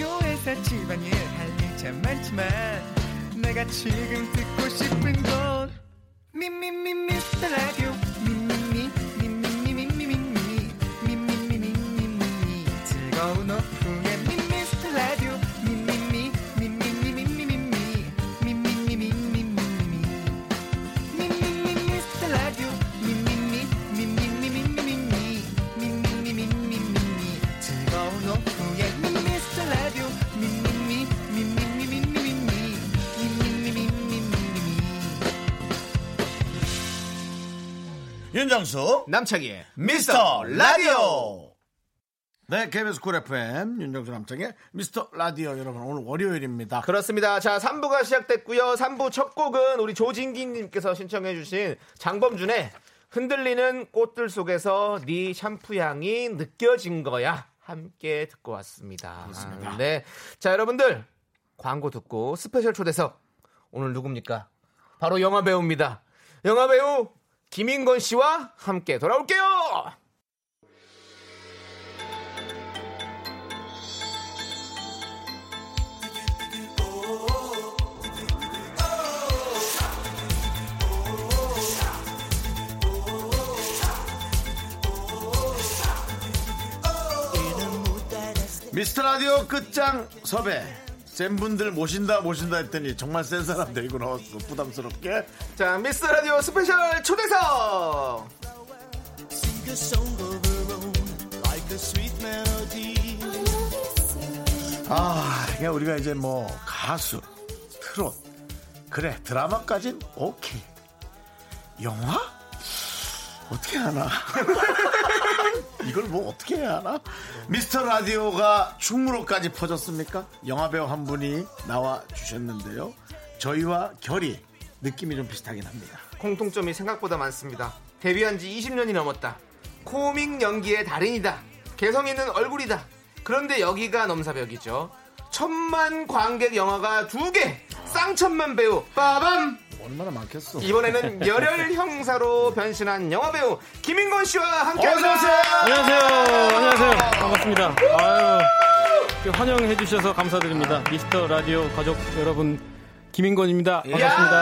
[SPEAKER 4] 학교에서 집안일 할 일 참 많지만 내가 지금 듣고 싶은 건 미미미 미스터 라디오 미미미 미미미 미미미 미미미 미미미 즐거운 오후에 미스터 라디오 미미미 미미미 미미미 미미미 미미미
[SPEAKER 1] 윤정수
[SPEAKER 2] 남창희의
[SPEAKER 1] 미스터 라디오. 네, KBS 쿨 FM 윤정수 남창의 미스터 라디오 여러분 오늘 월요일입니다.
[SPEAKER 2] 그렇습니다. 자, 3부가 시작됐고요. 3부 첫 곡은 우리 조진기 님께서 신청해 주신 장범준의 흔들리는 꽃들 속에서 네 샴푸 향이 느껴진 거야. 함께 듣고 왔습니다. 아, 네. 자, 여러분들 광고 듣고 스페셜 초대석 오늘 누굽니까? 바로 영화 배우입니다. 영화 배우 김인건 씨와 함께 돌아올게요.
[SPEAKER 1] 미스터 라디오 끝장 섭외. 센 분들 모신다 모신다 했더니 정말 센 사람 데리고 나왔어 부담스럽게
[SPEAKER 2] 자, 미스 라디오 스페셜 초대석.
[SPEAKER 1] 아 그냥 우리가 이제 뭐 가수 트롯 그래 드라마까진 오케이 영화 어떻게 하나 이걸 뭐 어떻게 해야 하나 미스터 라디오가 충무로까지 퍼졌습니까 영화 배우 한 분이 나와 주셨는데요 저희와 결이 느낌이 좀 비슷하긴 합니다
[SPEAKER 2] 공통점이 생각보다 많습니다. 데뷔한 지 20년이 넘었다. 코믹 연기의 달인이다. 개성 있는 얼굴이다. 그런데 여기가 넘사벽이죠. 천만 관객 영화가 두 개! 쌍천만 배우! 빠밤!
[SPEAKER 1] 얼마나 많겠어
[SPEAKER 2] 이번에는 열혈 형사로 변신한 영화 배우 김인권 씨와 함께
[SPEAKER 1] 어서 오세요.
[SPEAKER 5] 안녕하세요. 안녕하세요. 반갑습니다. 아유, 이렇게 환영해 주셔서 감사드립니다. 미스터 라디오 가족 여러분 김인권입니다.
[SPEAKER 1] 예,
[SPEAKER 5] 반갑습니다.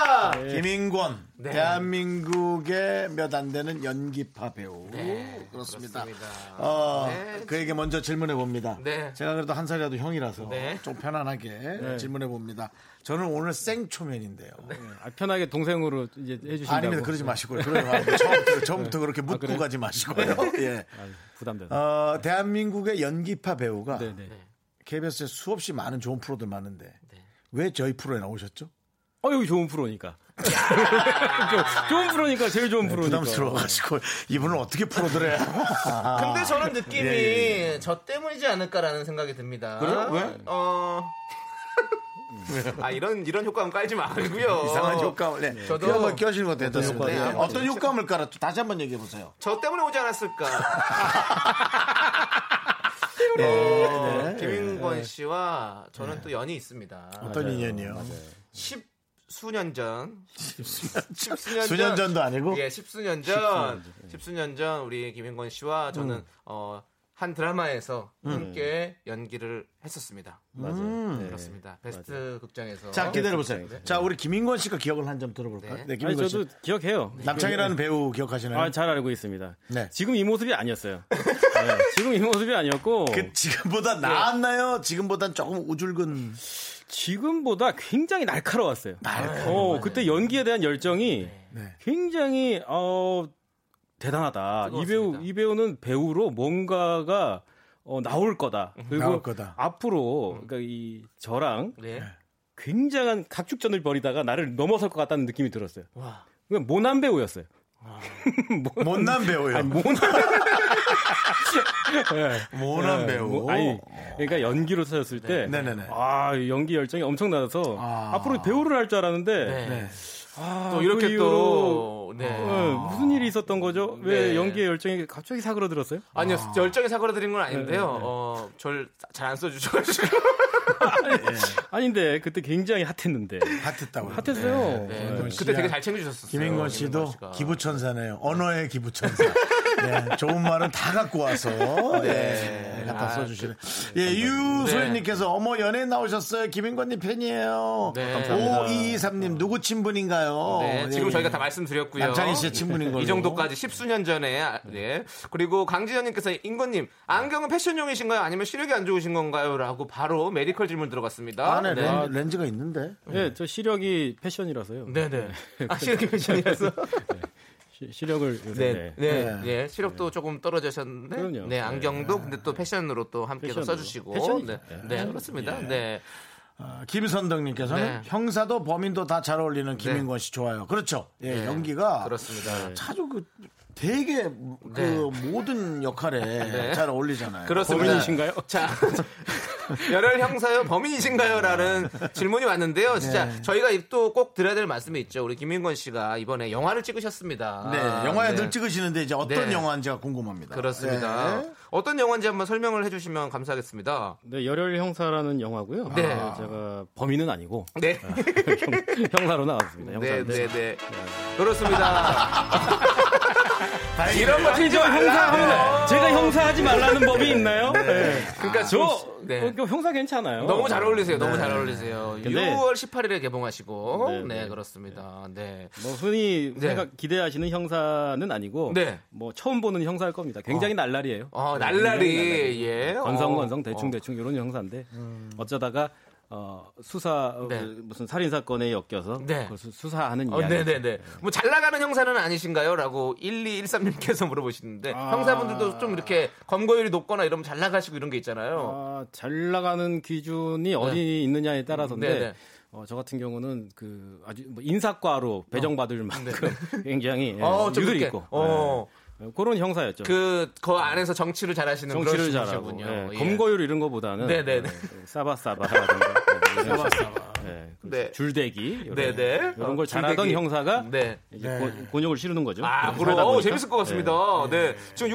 [SPEAKER 2] 야!
[SPEAKER 1] 김인권
[SPEAKER 2] 네.
[SPEAKER 1] 대한민국의 몇 안 되는 연기파 배우 그렇습니다.
[SPEAKER 2] 그렇습니다.
[SPEAKER 1] 어,
[SPEAKER 2] 네.
[SPEAKER 1] 그에게 먼저 질문해 봅니다.
[SPEAKER 2] 네.
[SPEAKER 1] 제가 그래도 한 살이라도 형이라서
[SPEAKER 2] 네.
[SPEAKER 1] 좀 편안하게 질문해 봅니다. 저는 오늘 생초면인데요.
[SPEAKER 5] 아, 편하게 동생으로 이제 해주신다고. 네. 아,
[SPEAKER 1] 아닙니다. 그러지 마시고요. 그러지 마시고 처음부터, 처음부터 그렇게 묻고
[SPEAKER 5] 그래요?
[SPEAKER 1] 가지 마시고요. 예.
[SPEAKER 5] 아, 부담되다.
[SPEAKER 1] 어, 대한민국의 연기파 배우가
[SPEAKER 5] 네, 네.
[SPEAKER 1] KBS에 수없이 많은 좋은 프로들 많은데 왜 저희 프로에 나오셨죠?
[SPEAKER 5] 어 여기 좋은 프로니까. 네. 저- 좋은 프로니까 제일 좋은 프로니까.
[SPEAKER 1] 부담스러워가지고 이분은 어떻게 프로들에
[SPEAKER 2] 근데 저는 느낌이
[SPEAKER 1] 아, 예,
[SPEAKER 2] 저 때문이지 않을까라는 생각이 듭니다.
[SPEAKER 1] 그래요? 왜? 음.
[SPEAKER 2] 어. 아 이런 이런 효과음 깔지 말고요.
[SPEAKER 1] 이상한 효과물. 네.
[SPEAKER 2] 저도-
[SPEAKER 1] 저도 한번 껴시는 것도 괜찮습니다. 네.
[SPEAKER 2] 효과음. 네.
[SPEAKER 1] 어떤 효과물 깔아 다시 한번 얘기해 보세요.
[SPEAKER 2] 저 때문에 오지 않았을까.
[SPEAKER 1] 네.
[SPEAKER 2] 어, 김인권 씨와 저는 또 연이 있습니다.
[SPEAKER 1] 어떤 인연이요?
[SPEAKER 2] 십 수년 전,
[SPEAKER 1] 수년,
[SPEAKER 2] 수년 전.
[SPEAKER 1] 뭐? 전도 아니고
[SPEAKER 2] 예, 십수년 전, 십수년 전 우리 김인권 씨와 저는 어 한 드라마에서 함께 연기를 했었습니다. 음.
[SPEAKER 6] 맞아요. 네.
[SPEAKER 2] 그렇습니다. 베스트 극장에서
[SPEAKER 1] 자 기다려보세요.
[SPEAKER 2] 네.
[SPEAKER 1] 자 우리 김인권 씨가 기억을 한 점 들어볼까요? 네,
[SPEAKER 2] 네.
[SPEAKER 5] 아니,
[SPEAKER 1] 김인권
[SPEAKER 5] 저도
[SPEAKER 1] 씨.
[SPEAKER 5] 기억해요.
[SPEAKER 1] 남창이라는 배우 기억하시나요?
[SPEAKER 5] 아, 잘 알고 있습니다.
[SPEAKER 1] 네.
[SPEAKER 5] 지금 이 모습이 아니었어요. 네, 지금 이 모습이 아니었고
[SPEAKER 1] 그
[SPEAKER 5] 네.
[SPEAKER 1] 지금보다 나았나요? 지금보단 조금 우줄근.
[SPEAKER 5] 지금보다 굉장히 날카로웠어요. 어, 그때 연기에 대한 열정이
[SPEAKER 1] 네.
[SPEAKER 5] 굉장히 어 대단하다. 이 배우
[SPEAKER 2] 뜨거웠습니다.
[SPEAKER 5] 이 배우는 배우로 뭔가가 어, 나올 거다. 그리고
[SPEAKER 1] 나올 거다.
[SPEAKER 5] 앞으로 그러니까 이 저랑
[SPEAKER 2] 네.
[SPEAKER 5] 굉장한 각축전을 벌이다가 나를 넘어설 것 같다는 느낌이 들었어요.
[SPEAKER 2] 와.
[SPEAKER 5] 그러니까 모난 배우였어요. 모-
[SPEAKER 1] 못난 배우요.
[SPEAKER 5] 아니, 모난 네.
[SPEAKER 1] 모난 배우.
[SPEAKER 5] 뭐, 아니, 그러니까 연기로서였을 때,
[SPEAKER 1] 네, 네네네.
[SPEAKER 5] 아 연기 열정이 엄청나서
[SPEAKER 1] 아.
[SPEAKER 5] 앞으로 배우를 할 줄 알았는데
[SPEAKER 2] 네.
[SPEAKER 1] 네.
[SPEAKER 5] 아,
[SPEAKER 2] 또
[SPEAKER 5] 그
[SPEAKER 2] 이렇게
[SPEAKER 5] 이후로,
[SPEAKER 2] 또 네.
[SPEAKER 5] 어, 무슨 일이 있었던 거죠? 왜
[SPEAKER 2] 네.
[SPEAKER 5] 연기의 열정이 갑자기 사그러들었어요?
[SPEAKER 2] 아니요 열정이 사그라드린 건 아닌데요. 어, 절 잘 안 써주셔가지고
[SPEAKER 5] 아닌데 그때 굉장히 핫했는데
[SPEAKER 2] 음.
[SPEAKER 1] 핫했다고.
[SPEAKER 5] 핫했어요.
[SPEAKER 2] 네.
[SPEAKER 5] 네.
[SPEAKER 1] 씨야.
[SPEAKER 2] 그때 되게 잘 챙겨주셨었어요.
[SPEAKER 1] 김인권 씨도
[SPEAKER 2] 씨가.
[SPEAKER 1] 기부천사네요. 언어의 기부천사. 네, 좋은 말은 다 갖고 와서 네,
[SPEAKER 2] 아,
[SPEAKER 1] 갖다 써주시는.
[SPEAKER 2] 그,
[SPEAKER 1] 예, 유소연님께서 어머 연예인 나오셨어요. 김인권님 팬이에요.
[SPEAKER 2] 네.
[SPEAKER 1] 감사합니다. 5223님 누구 친분인가요?
[SPEAKER 2] 네,
[SPEAKER 1] 예,
[SPEAKER 2] 지금
[SPEAKER 1] 예.
[SPEAKER 2] 저희가 다 말씀드렸고요.
[SPEAKER 1] 남창희 씨의 친분인 걸로.
[SPEAKER 2] 이 정도까지 십수년 전에 아, 네. 그리고 강지현님께서 인권님 안경은 패션용이신가요? 아니면 시력이 안 좋으신 건가요?라고 바로 메디컬 질문 들어갔습니다.
[SPEAKER 1] 안에
[SPEAKER 2] 네.
[SPEAKER 1] 렌- 렌즈가 있는데.
[SPEAKER 5] 네, 저 시력이 패션이라서요.
[SPEAKER 2] 네네. 아 시력이 패션이라서.
[SPEAKER 5] 시, 시력을 요새
[SPEAKER 2] 네,
[SPEAKER 5] 네.
[SPEAKER 2] 네, 네. 시력도 조금 떨어지셨는데,
[SPEAKER 5] 그럼요.
[SPEAKER 2] 네 안경도 근데 또 패션으로 또 함께 또
[SPEAKER 5] 패션으로.
[SPEAKER 2] 써주시고,
[SPEAKER 5] 패션이죠. 예.
[SPEAKER 2] 네, 네 그렇습니다. 네,
[SPEAKER 1] 아, 김선덕님께서는
[SPEAKER 2] 네.
[SPEAKER 1] 형사도 범인도 다 잘 어울리는 김인권 씨 좋아요. 그렇죠. 예,
[SPEAKER 2] 네.
[SPEAKER 1] 연기가
[SPEAKER 2] 그렇습니다.
[SPEAKER 1] 아주 그 되게 그
[SPEAKER 2] 네.
[SPEAKER 1] 모든 역할에 잘 어울리잖아요.
[SPEAKER 2] 그렇습니다.
[SPEAKER 5] 범인이신가요?
[SPEAKER 2] 자, 열혈 형사요, 범인이신가요? 라는
[SPEAKER 5] 네.
[SPEAKER 2] 질문이 왔는데요. 진짜
[SPEAKER 1] 네.
[SPEAKER 2] 저희가 또 꼭 드려야 될 말씀이 있죠. 우리 김민권 씨가 이번에 영화를 찍으셨습니다.
[SPEAKER 1] 네,
[SPEAKER 2] 아,
[SPEAKER 1] 영화에
[SPEAKER 2] 네.
[SPEAKER 1] 늘 찍으시는데 이제 어떤
[SPEAKER 2] 네.
[SPEAKER 1] 영화인지가 궁금합니다.
[SPEAKER 2] 그렇습니다.
[SPEAKER 1] 네.
[SPEAKER 2] 어떤 영화인지 한번 설명을 해주시면 감사하겠습니다.
[SPEAKER 5] 네, 열혈 형사라는 영화고요.
[SPEAKER 2] 네.
[SPEAKER 5] 아, 제가 범인은 아니고
[SPEAKER 2] 네.
[SPEAKER 5] 형사로 나왔습니다.
[SPEAKER 2] 네, 네,
[SPEAKER 5] 형사인데
[SPEAKER 2] 네. 그렇습니다. 이런 거
[SPEAKER 5] 아니,
[SPEAKER 2] 틀지
[SPEAKER 5] 저 네. 형사
[SPEAKER 2] 말라고요.
[SPEAKER 5] 하면 제가 형사하지 말라는 법이 있나요? 네.
[SPEAKER 2] 그러니까
[SPEAKER 5] 저
[SPEAKER 2] 네.
[SPEAKER 5] 어, 그 형사 괜찮아요.
[SPEAKER 2] 너무 잘 어울리세요. 너무 잘 어울리세요.
[SPEAKER 5] 네. 근데-
[SPEAKER 2] 6월 18일에 개봉하시고. 네,
[SPEAKER 5] 네, 네.
[SPEAKER 2] 그렇습니다. 네.
[SPEAKER 5] 뭐 흔히
[SPEAKER 2] 네.
[SPEAKER 5] 생각 기대하시는 형사는 아니고
[SPEAKER 2] 네.
[SPEAKER 5] 뭐 처음 보는 형사일 겁니다. 굉장히 날라리예요.
[SPEAKER 2] 어,
[SPEAKER 5] 네, 굉장히
[SPEAKER 2] 날라리. 예.
[SPEAKER 5] 건성
[SPEAKER 2] 어,
[SPEAKER 5] 건성
[SPEAKER 2] 어.
[SPEAKER 5] 대충 대충 이런 형사인데 어쩌다가 어, 수사 어,
[SPEAKER 2] 네.
[SPEAKER 5] 그 무슨 살인 사건에 엮여서
[SPEAKER 2] 네.
[SPEAKER 5] 그걸 수- 수사하는
[SPEAKER 2] 어,
[SPEAKER 5] 이야기.
[SPEAKER 2] 네네네. 뭐 잘 나가는 형사는 아니신가요? 라고 1213님께서 물어보시는데
[SPEAKER 5] 아.
[SPEAKER 2] 형사분들도 좀 이렇게 검거율이 높거나 이러면 잘 나가시고 이런 게 있잖아요.
[SPEAKER 5] 아, 잘 나가는 기준이 어디 있느냐에
[SPEAKER 2] 네,
[SPEAKER 5] 따라서인데
[SPEAKER 2] 네.
[SPEAKER 5] 어, 저 같은 경우는 그 아주 뭐 인사과로 배정받을 만큼 굉장히 예,
[SPEAKER 2] 어, 좀
[SPEAKER 5] 유들
[SPEAKER 2] 이렇게,
[SPEAKER 5] 있고
[SPEAKER 2] 어,
[SPEAKER 5] 예, 그런 형사였죠.
[SPEAKER 2] 그, 그 안에서 정치를 잘 하시는
[SPEAKER 5] 정치를 잘하고 예, 검거율 이런 거보다는
[SPEAKER 2] 네네네.
[SPEAKER 5] 예, 사바사바라든가 예, 이런 예, 그래서
[SPEAKER 2] 네.
[SPEAKER 5] 줄대기 이런,
[SPEAKER 2] 네네.
[SPEAKER 5] 이런 걸
[SPEAKER 2] 어,
[SPEAKER 5] 잘하던
[SPEAKER 2] 줄대기.
[SPEAKER 5] 형사가
[SPEAKER 2] 네.
[SPEAKER 5] 이제 고- 곤욕을 치르는 거죠. 예.
[SPEAKER 2] 아,
[SPEAKER 5] 그렇게
[SPEAKER 2] 그럼
[SPEAKER 5] 살다
[SPEAKER 2] 어,
[SPEAKER 5] 보니까.
[SPEAKER 2] 재밌을 것 같습니다. 네. 지금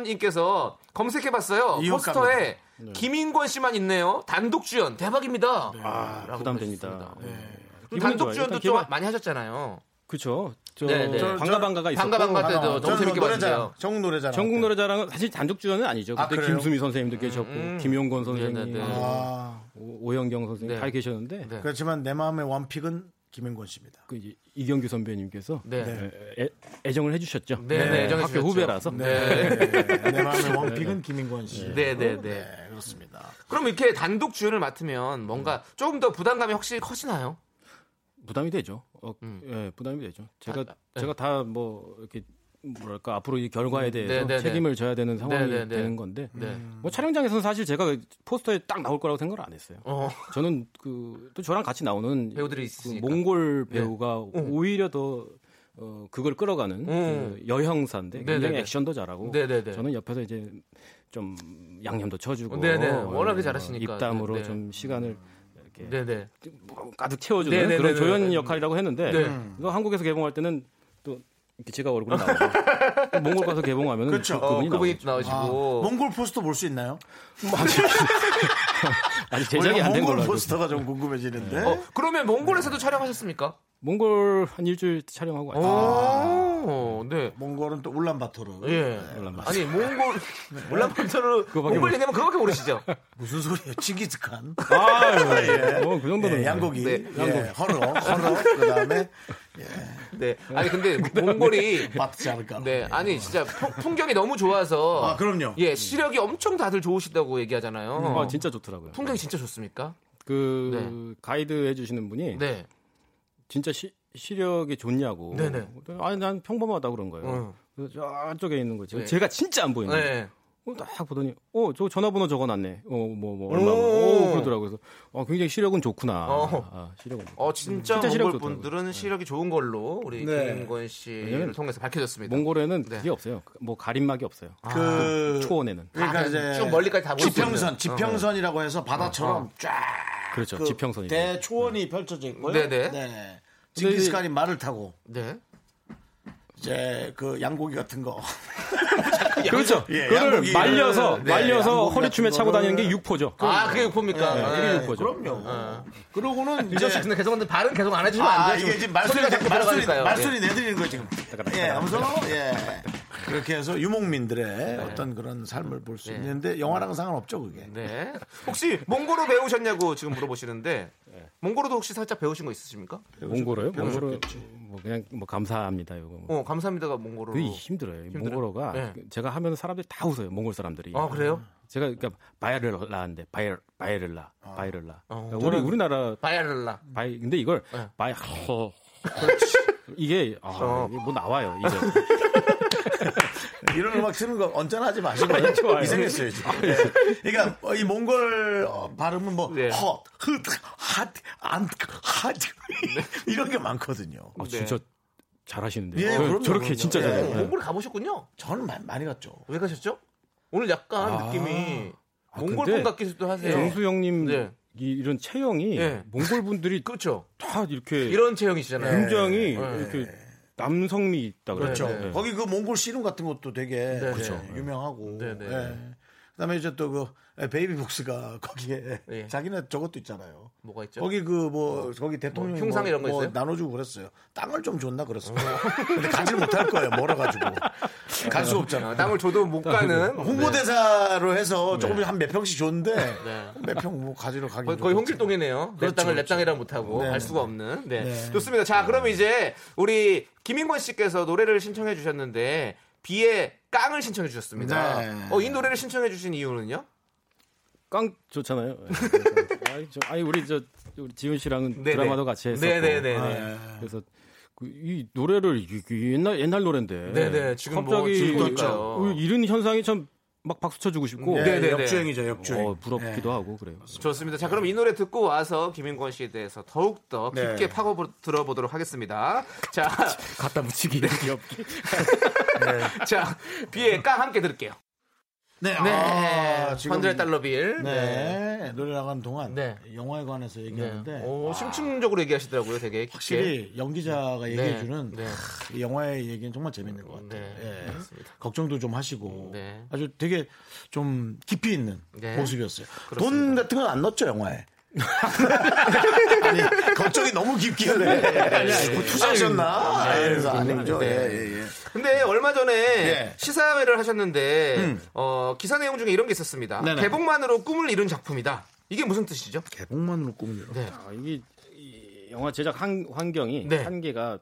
[SPEAKER 2] 6323님께서 검색해봤어요.
[SPEAKER 1] 이웃갑니다.
[SPEAKER 2] 포스터에
[SPEAKER 5] 네.
[SPEAKER 2] 김인권 씨만 있네요. 단독 주연 대박입니다.
[SPEAKER 5] 아,
[SPEAKER 2] 라고
[SPEAKER 5] 부담됩니다. 예.
[SPEAKER 2] 보내주셨습니다. 네.
[SPEAKER 5] 기분이
[SPEAKER 2] 단독
[SPEAKER 5] 좋아요.
[SPEAKER 2] 주연도 좀
[SPEAKER 5] 일단 기분-
[SPEAKER 2] 많이 하셨잖아요.
[SPEAKER 5] 그쵸. 저
[SPEAKER 2] 네, 네.
[SPEAKER 5] 방가방가가 있었고
[SPEAKER 2] 방가방가 때도
[SPEAKER 1] 아,
[SPEAKER 2] 너무
[SPEAKER 1] 저는
[SPEAKER 2] 재밌게
[SPEAKER 1] 노래자랑,
[SPEAKER 2] 봤어요.
[SPEAKER 1] 전국 노래자랑.
[SPEAKER 5] 전국
[SPEAKER 1] 어때요?
[SPEAKER 5] 노래자랑은 사실 단독 주연은 아니죠.
[SPEAKER 1] 아,
[SPEAKER 5] 그때
[SPEAKER 1] 그래요?
[SPEAKER 5] 김수미 선생님도 계셨고 김용건 선생님,
[SPEAKER 2] 음. 네, 네, 네.
[SPEAKER 1] 아,
[SPEAKER 5] 오- 오영경 선생님
[SPEAKER 2] 네.
[SPEAKER 5] 다 계셨는데
[SPEAKER 2] 네.
[SPEAKER 1] 그렇지만 내 마음의 원픽은 김인권 씨입니다.
[SPEAKER 5] 그 이제 이경규 선배님께서
[SPEAKER 2] 네.
[SPEAKER 5] 에- 애정을 해주셨죠.
[SPEAKER 2] 네, 네, 애정해
[SPEAKER 5] 학교
[SPEAKER 2] 주셨죠.
[SPEAKER 5] 후배라서
[SPEAKER 2] 네.
[SPEAKER 1] 네, 내 마음의 원픽은 김인권 씨.
[SPEAKER 2] 네, 네, 네.
[SPEAKER 1] 네, 그렇습니다.
[SPEAKER 2] 그럼 이렇게 단독 주연을 맡으면
[SPEAKER 5] 네.
[SPEAKER 2] 뭔가 조금 더 부담감이 확실히 커지나요?
[SPEAKER 5] 부담이 되죠. 어,
[SPEAKER 2] 음.
[SPEAKER 5] 예, 부담이 되죠. 제가
[SPEAKER 2] 아, 네.
[SPEAKER 5] 제가 다 뭐 이렇게 뭐랄까 앞으로 이 결과에 대해서
[SPEAKER 2] 네, 네, 네.
[SPEAKER 5] 책임을 져야 되는 상황이
[SPEAKER 2] 네, 네, 네.
[SPEAKER 5] 되는 건데
[SPEAKER 2] 네.
[SPEAKER 5] 뭐 촬영장에서는 사실 제가 포스터에 딱 나올 거라고 생각을 안 했어요.
[SPEAKER 2] 어,
[SPEAKER 5] 저는 그 또 저랑 같이 나오는
[SPEAKER 2] 배우들이
[SPEAKER 5] 그
[SPEAKER 2] 있으니까. 네.
[SPEAKER 5] 몽골 배우가 오히려 더 어, 그걸 끌어가는
[SPEAKER 2] 음.
[SPEAKER 5] 그 여형사인데
[SPEAKER 2] 네,
[SPEAKER 5] 굉장히
[SPEAKER 2] 네, 네.
[SPEAKER 5] 액션도 잘하고
[SPEAKER 2] 네, 네, 네.
[SPEAKER 5] 저는 옆에서 이제 좀 양념도 쳐주고
[SPEAKER 2] 네, 네. 워낙에
[SPEAKER 5] 어,
[SPEAKER 2] 잘하시니까.
[SPEAKER 5] 입담으로
[SPEAKER 2] 네, 네.
[SPEAKER 5] 좀 시간을 이렇게
[SPEAKER 2] 네, 네.
[SPEAKER 5] 가득 채워주는
[SPEAKER 2] 네, 네,
[SPEAKER 5] 그런
[SPEAKER 2] 네, 네,
[SPEAKER 5] 조연
[SPEAKER 2] 네.
[SPEAKER 5] 역할이라고 했는데
[SPEAKER 2] 네.
[SPEAKER 5] 이거 한국에서 개봉할 때는 또 이렇게 제가 얼굴이 나오고 몽골 가서 개봉하면 은
[SPEAKER 1] 그렇죠.
[SPEAKER 5] 그,
[SPEAKER 2] 어,
[SPEAKER 5] 분이
[SPEAKER 2] 그분이
[SPEAKER 5] 나오죠.
[SPEAKER 2] 나오시고.
[SPEAKER 1] 아, 몽골 포스터 볼 수 있나요?
[SPEAKER 5] 아직 제작이
[SPEAKER 1] 원래
[SPEAKER 5] 안 된 걸로
[SPEAKER 1] 몽골
[SPEAKER 5] 알고 있어요.
[SPEAKER 1] 포스터가 좀
[SPEAKER 2] 네.
[SPEAKER 1] 궁금해지는데.
[SPEAKER 2] 어, 그러면 몽골에서도 촬영하셨습니까?
[SPEAKER 5] 아. 몽골 한 일주일 촬영하고 왔어요.
[SPEAKER 2] 오, 어, 네.
[SPEAKER 1] 몽골은 또 울란바토르. 네,
[SPEAKER 2] 예.
[SPEAKER 5] 올라가.
[SPEAKER 2] 아니 몽골 올란바토르
[SPEAKER 5] 그거밖에
[SPEAKER 2] 몽골 얘기하면 그거밖에 모르시죠?
[SPEAKER 1] 무슨 소리예요? 칭기즈칸.
[SPEAKER 5] 아유, 어, 그 정도는
[SPEAKER 1] 예, 양고기.
[SPEAKER 2] 네,
[SPEAKER 1] 예, 허러, 허러. 그 다음에
[SPEAKER 2] 네. 아니 근데 몽골이
[SPEAKER 1] 맞지 않을까.
[SPEAKER 2] 네, 아니 진짜 풍- 풍경이 너무 좋아서
[SPEAKER 1] 아, 그럼요.
[SPEAKER 2] 예, 시력이 엄청 다들 좋으시다고 얘기하잖아요.
[SPEAKER 5] 아, 진짜 좋더라고요.
[SPEAKER 2] 풍경이 진짜 좋습니까?
[SPEAKER 5] 그 가이드 해주시는 분이
[SPEAKER 2] 네.
[SPEAKER 5] 진짜 시, 시력이 좋냐고.
[SPEAKER 2] 네네.
[SPEAKER 5] 아니 난 평범하다 그런 거예요.
[SPEAKER 2] 어.
[SPEAKER 5] 그래서 저쪽에 있는 거지.
[SPEAKER 2] 네.
[SPEAKER 5] 제가 진짜 안 보이는 거예요.
[SPEAKER 2] 네.
[SPEAKER 5] 어, 딱 보더니 어 저 전화번호 적어놨네. 어 뭐 뭐 얼마
[SPEAKER 2] 오.
[SPEAKER 5] 오 그러더라고요. 그래서 어, 굉장히 시력은 좋구나.
[SPEAKER 2] 어.
[SPEAKER 5] 아, 시력은 좋구나.
[SPEAKER 2] 어 진짜,
[SPEAKER 5] 진짜 시력
[SPEAKER 2] 몽골
[SPEAKER 5] 좋더라고요.
[SPEAKER 2] 분들은 시력이 좋은 걸로 우리
[SPEAKER 1] 네.
[SPEAKER 2] 김건 씨를
[SPEAKER 5] 왜냐면
[SPEAKER 2] 통해서 밝혀졌습니다.
[SPEAKER 5] 몽골에는
[SPEAKER 2] 네.
[SPEAKER 5] 그게 없어요. 뭐 가림막이 없어요.
[SPEAKER 1] 그
[SPEAKER 5] 초원에는
[SPEAKER 1] 그러니까
[SPEAKER 2] 아,
[SPEAKER 1] 이제
[SPEAKER 2] 쭉 멀리까지 다 보일 수
[SPEAKER 1] 지평선,
[SPEAKER 2] 있는.
[SPEAKER 1] 지평선이라고 해서 바다처럼 쫙.
[SPEAKER 5] 그렇죠.
[SPEAKER 1] 그
[SPEAKER 5] 지평선이.
[SPEAKER 1] 대초원이 펼쳐져 있고요.
[SPEAKER 2] 네네.
[SPEAKER 1] 네. 징기스칸이 말을 타고
[SPEAKER 2] 네.
[SPEAKER 1] 이제 그 양고기 같은 거.
[SPEAKER 5] 그렇죠.
[SPEAKER 1] 예,
[SPEAKER 5] 그거를
[SPEAKER 1] 양고기를-
[SPEAKER 5] 말려서
[SPEAKER 1] 네,
[SPEAKER 5] 말려서
[SPEAKER 1] 양고기
[SPEAKER 5] 허리춤에
[SPEAKER 1] 같은
[SPEAKER 5] 차고 다니는 게
[SPEAKER 1] 거를-
[SPEAKER 5] 육포죠.
[SPEAKER 2] 아 그게 육포입니까?
[SPEAKER 1] 네,
[SPEAKER 2] 네.
[SPEAKER 5] 육포죠.
[SPEAKER 1] 그럼요. 그러고는
[SPEAKER 2] 유정 씨
[SPEAKER 1] 이제
[SPEAKER 2] 근데 계속 근데 발음 계속 안 해주면
[SPEAKER 1] 아,
[SPEAKER 2] 안 돼요.
[SPEAKER 1] 이게 지금 말소리
[SPEAKER 2] 소리가 자꾸
[SPEAKER 1] 말소리
[SPEAKER 2] 들어가니까요. 네.
[SPEAKER 1] 말소리 내드리는 거예요 지금. 예, 하면서 예. 그렇게 해서 유목민들의 어떤 그런 삶을 볼 수
[SPEAKER 2] 네.
[SPEAKER 1] 있는데 영화랑은 상관없죠 그게.
[SPEAKER 2] 네. 혹시 몽골어 배우셨냐고 지금 물어보시는데 몽골어도 혹시 살짝 배우신 거 있으십니까?
[SPEAKER 5] 몽골어요. 몽골어 뭐 그냥 뭐 감사합니다. 이거. 뭐.
[SPEAKER 2] 어 감사합니다가 몽골어.
[SPEAKER 5] 그게 힘들어요. 몽골어가
[SPEAKER 2] 네.
[SPEAKER 5] 제가 하면 사람들이 다 웃어요. 몽골 사람들이.
[SPEAKER 2] 아 그래요?
[SPEAKER 5] 제가 그러니까 바이를라인데 바이 바이를라 바이를라.
[SPEAKER 2] 어,
[SPEAKER 5] 그러니까 우리
[SPEAKER 2] 저는-
[SPEAKER 5] 우리나라
[SPEAKER 2] 바야를라.
[SPEAKER 5] 바이 근데 이걸
[SPEAKER 2] 네.
[SPEAKER 5] 바이 허 이게 아, 이게 뭐 나와요 이제
[SPEAKER 1] 이런 음악 쓰는 거 언짢아 하지 마시고요. 이상했어요, 지금.
[SPEAKER 2] 아,
[SPEAKER 1] 예. 그러니까 어, 이 몽골 어, 발음은 뭐
[SPEAKER 2] 네.
[SPEAKER 1] 헛, 흩, 핫, 안, 핫 이런 게 많거든요.
[SPEAKER 5] 아, 진짜 잘하시는데
[SPEAKER 1] 예,
[SPEAKER 5] 저,
[SPEAKER 1] 그럼요,
[SPEAKER 5] 저렇게
[SPEAKER 1] 그럼요.
[SPEAKER 5] 진짜
[SPEAKER 1] 예,
[SPEAKER 5] 잘해요.
[SPEAKER 1] 예.
[SPEAKER 5] 네.
[SPEAKER 2] 어, 몽골 가보셨군요.
[SPEAKER 1] 저는 많이, 많이 갔죠.
[SPEAKER 2] 왜 가셨죠? 오늘 약간 느낌이 몽골
[SPEAKER 5] 근데
[SPEAKER 2] 분 같기도 하세요.
[SPEAKER 5] 정수 형님
[SPEAKER 2] 네.
[SPEAKER 5] 이, 이런 체형이
[SPEAKER 2] 예.
[SPEAKER 5] 몽골 분들이
[SPEAKER 2] 그렇죠.
[SPEAKER 5] 다 이렇게
[SPEAKER 2] 이런
[SPEAKER 5] 네.
[SPEAKER 2] 예. 체형이시잖아요.
[SPEAKER 5] 굉장히 이렇게 남성미 있다 그러죠.
[SPEAKER 2] 네, 네.
[SPEAKER 5] 예.
[SPEAKER 1] 거기 그 몽골 씨름 같은 것도 되게
[SPEAKER 2] 네,
[SPEAKER 1] 그렇죠.
[SPEAKER 2] 네.
[SPEAKER 1] 유명하고.
[SPEAKER 2] 네, 네.
[SPEAKER 1] 예. 그다음에 이제 또 그 베이비 복스가 거기에
[SPEAKER 2] 예.
[SPEAKER 1] 자기네 저것도 있잖아요.
[SPEAKER 2] 뭐가 있죠?
[SPEAKER 1] 거기 그 뭐 저기 대통령
[SPEAKER 2] 뭐 흉상 이런 거 있어요?
[SPEAKER 1] 나눠주고 그랬어요. 땅을 좀 줬나 그랬어요. 근데 가질 못할 거예요. 멀어가지고 갈 수 없잖아.
[SPEAKER 2] 어, 땅을 줘도 못 가는
[SPEAKER 1] 홍보대사로 해서 조금 씩 한 몇 평씩 줬는데
[SPEAKER 2] 네.
[SPEAKER 1] 몇 평 뭐 가지러 가기
[SPEAKER 2] 거의,
[SPEAKER 5] 그렇죠.
[SPEAKER 2] 거의 홍길동이네요. 내 땅을 내 땅이라 못하고 알 수가 없는. 네.
[SPEAKER 1] 네.
[SPEAKER 2] 좋습니다. 자, 그러면 이제 우리 김인권 씨께서 노래를 신청해 주셨는데 비의 깡을 신청해 주셨습니다.
[SPEAKER 1] 네.
[SPEAKER 2] 어, 이 노래를 신청해 주신 이유는요?
[SPEAKER 5] 깡 좋잖아요. 예. 아니, 저- 아니, 우리 저 우리 지훈 씨랑은
[SPEAKER 2] 네네.
[SPEAKER 5] 드라마도 같이 했었고
[SPEAKER 1] 아,
[SPEAKER 5] 아, 예.
[SPEAKER 2] 네네네.
[SPEAKER 5] 그래서 그이 노래를 이- 이 옛날 옛날 노래인데
[SPEAKER 2] 네네, 지금 뭐
[SPEAKER 5] 갑자기
[SPEAKER 2] 지금 있죠.
[SPEAKER 5] 어, 이런 현상이 참 막 박수 쳐주고 싶고
[SPEAKER 2] 네, 네, 네.
[SPEAKER 1] 예. 역주행이죠 역주행. 예.
[SPEAKER 5] 어, 부럽기도 하고 그래요.
[SPEAKER 2] 좋습니다. 자, 그럼 이 노래 듣고 와서 김인권 씨에 대해서 더욱더
[SPEAKER 1] 네.
[SPEAKER 2] 깊게 파고 보- 들어보도록 하겠습니다. 자,
[SPEAKER 5] 갖다 붙이기 귀엽게.
[SPEAKER 2] 네. 자, 비의 깡 함께 들을게요.
[SPEAKER 1] 네,
[SPEAKER 2] 네.
[SPEAKER 1] 아, 지금-
[SPEAKER 2] 헌드레 달러 빌.
[SPEAKER 1] 네. 노래 나가는 동안
[SPEAKER 2] 네.
[SPEAKER 1] 영화에 관해서 얘기하는데 아.
[SPEAKER 2] 오, 네. 어, 심층적으로 얘기하시더라고요, 되게. 깊게.
[SPEAKER 1] 확실히 연기자가 얘기해주는 아.
[SPEAKER 2] 네.
[SPEAKER 1] 크, 영화의 얘기는 정말 재밌는 것 같아요.
[SPEAKER 2] 네,
[SPEAKER 1] 예.
[SPEAKER 2] 맞습니다.
[SPEAKER 1] 걱정도 좀 하시고
[SPEAKER 2] 네.
[SPEAKER 1] 아주 되게 좀 깊이 있는
[SPEAKER 2] 네.
[SPEAKER 1] 모습이었어요. 돈 같은 건 안 넣었죠 영화에. 아니 걱정이 너무 깊길래 뭐 투자하셨나? 아, 그래서 아니죠.
[SPEAKER 2] 네.
[SPEAKER 1] 예, 예, 예.
[SPEAKER 2] 근데 얼마 전에
[SPEAKER 1] 네. 음.
[SPEAKER 2] 시사회를 하셨는데 어, 기사 내용 중에 이런 게 있었습니다.
[SPEAKER 1] 네네.
[SPEAKER 2] 개봉만으로 꿈을 이룬 작품이다. 이게 무슨 뜻이죠?
[SPEAKER 1] 개봉만으로 꿈을 이뤄.
[SPEAKER 2] 네.
[SPEAKER 5] 아, 이게 이 영화 제작 환, 환경이
[SPEAKER 2] 네.
[SPEAKER 5] 한계가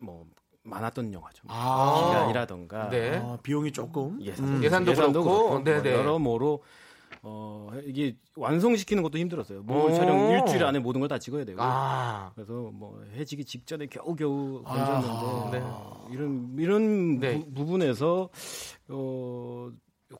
[SPEAKER 5] 뭐 많았던 영화죠.
[SPEAKER 1] 아,
[SPEAKER 5] 기간이라던가
[SPEAKER 2] 네. 음.
[SPEAKER 1] 아, 비용이 조금
[SPEAKER 5] 예산, 뭐
[SPEAKER 2] 예산도 그렇고, 네네.
[SPEAKER 5] 여러모로 어, 이게 완성시키는 것도 힘들었어요. 뭐
[SPEAKER 2] 오.
[SPEAKER 5] 촬영 일주일 안에 모든 걸 다 찍어야 되고.
[SPEAKER 2] 아,
[SPEAKER 5] 그래서 뭐 해지기 직전에 겨우겨우 건졌는데 이런 이런
[SPEAKER 2] 아. 네.
[SPEAKER 5] 부, 분에서어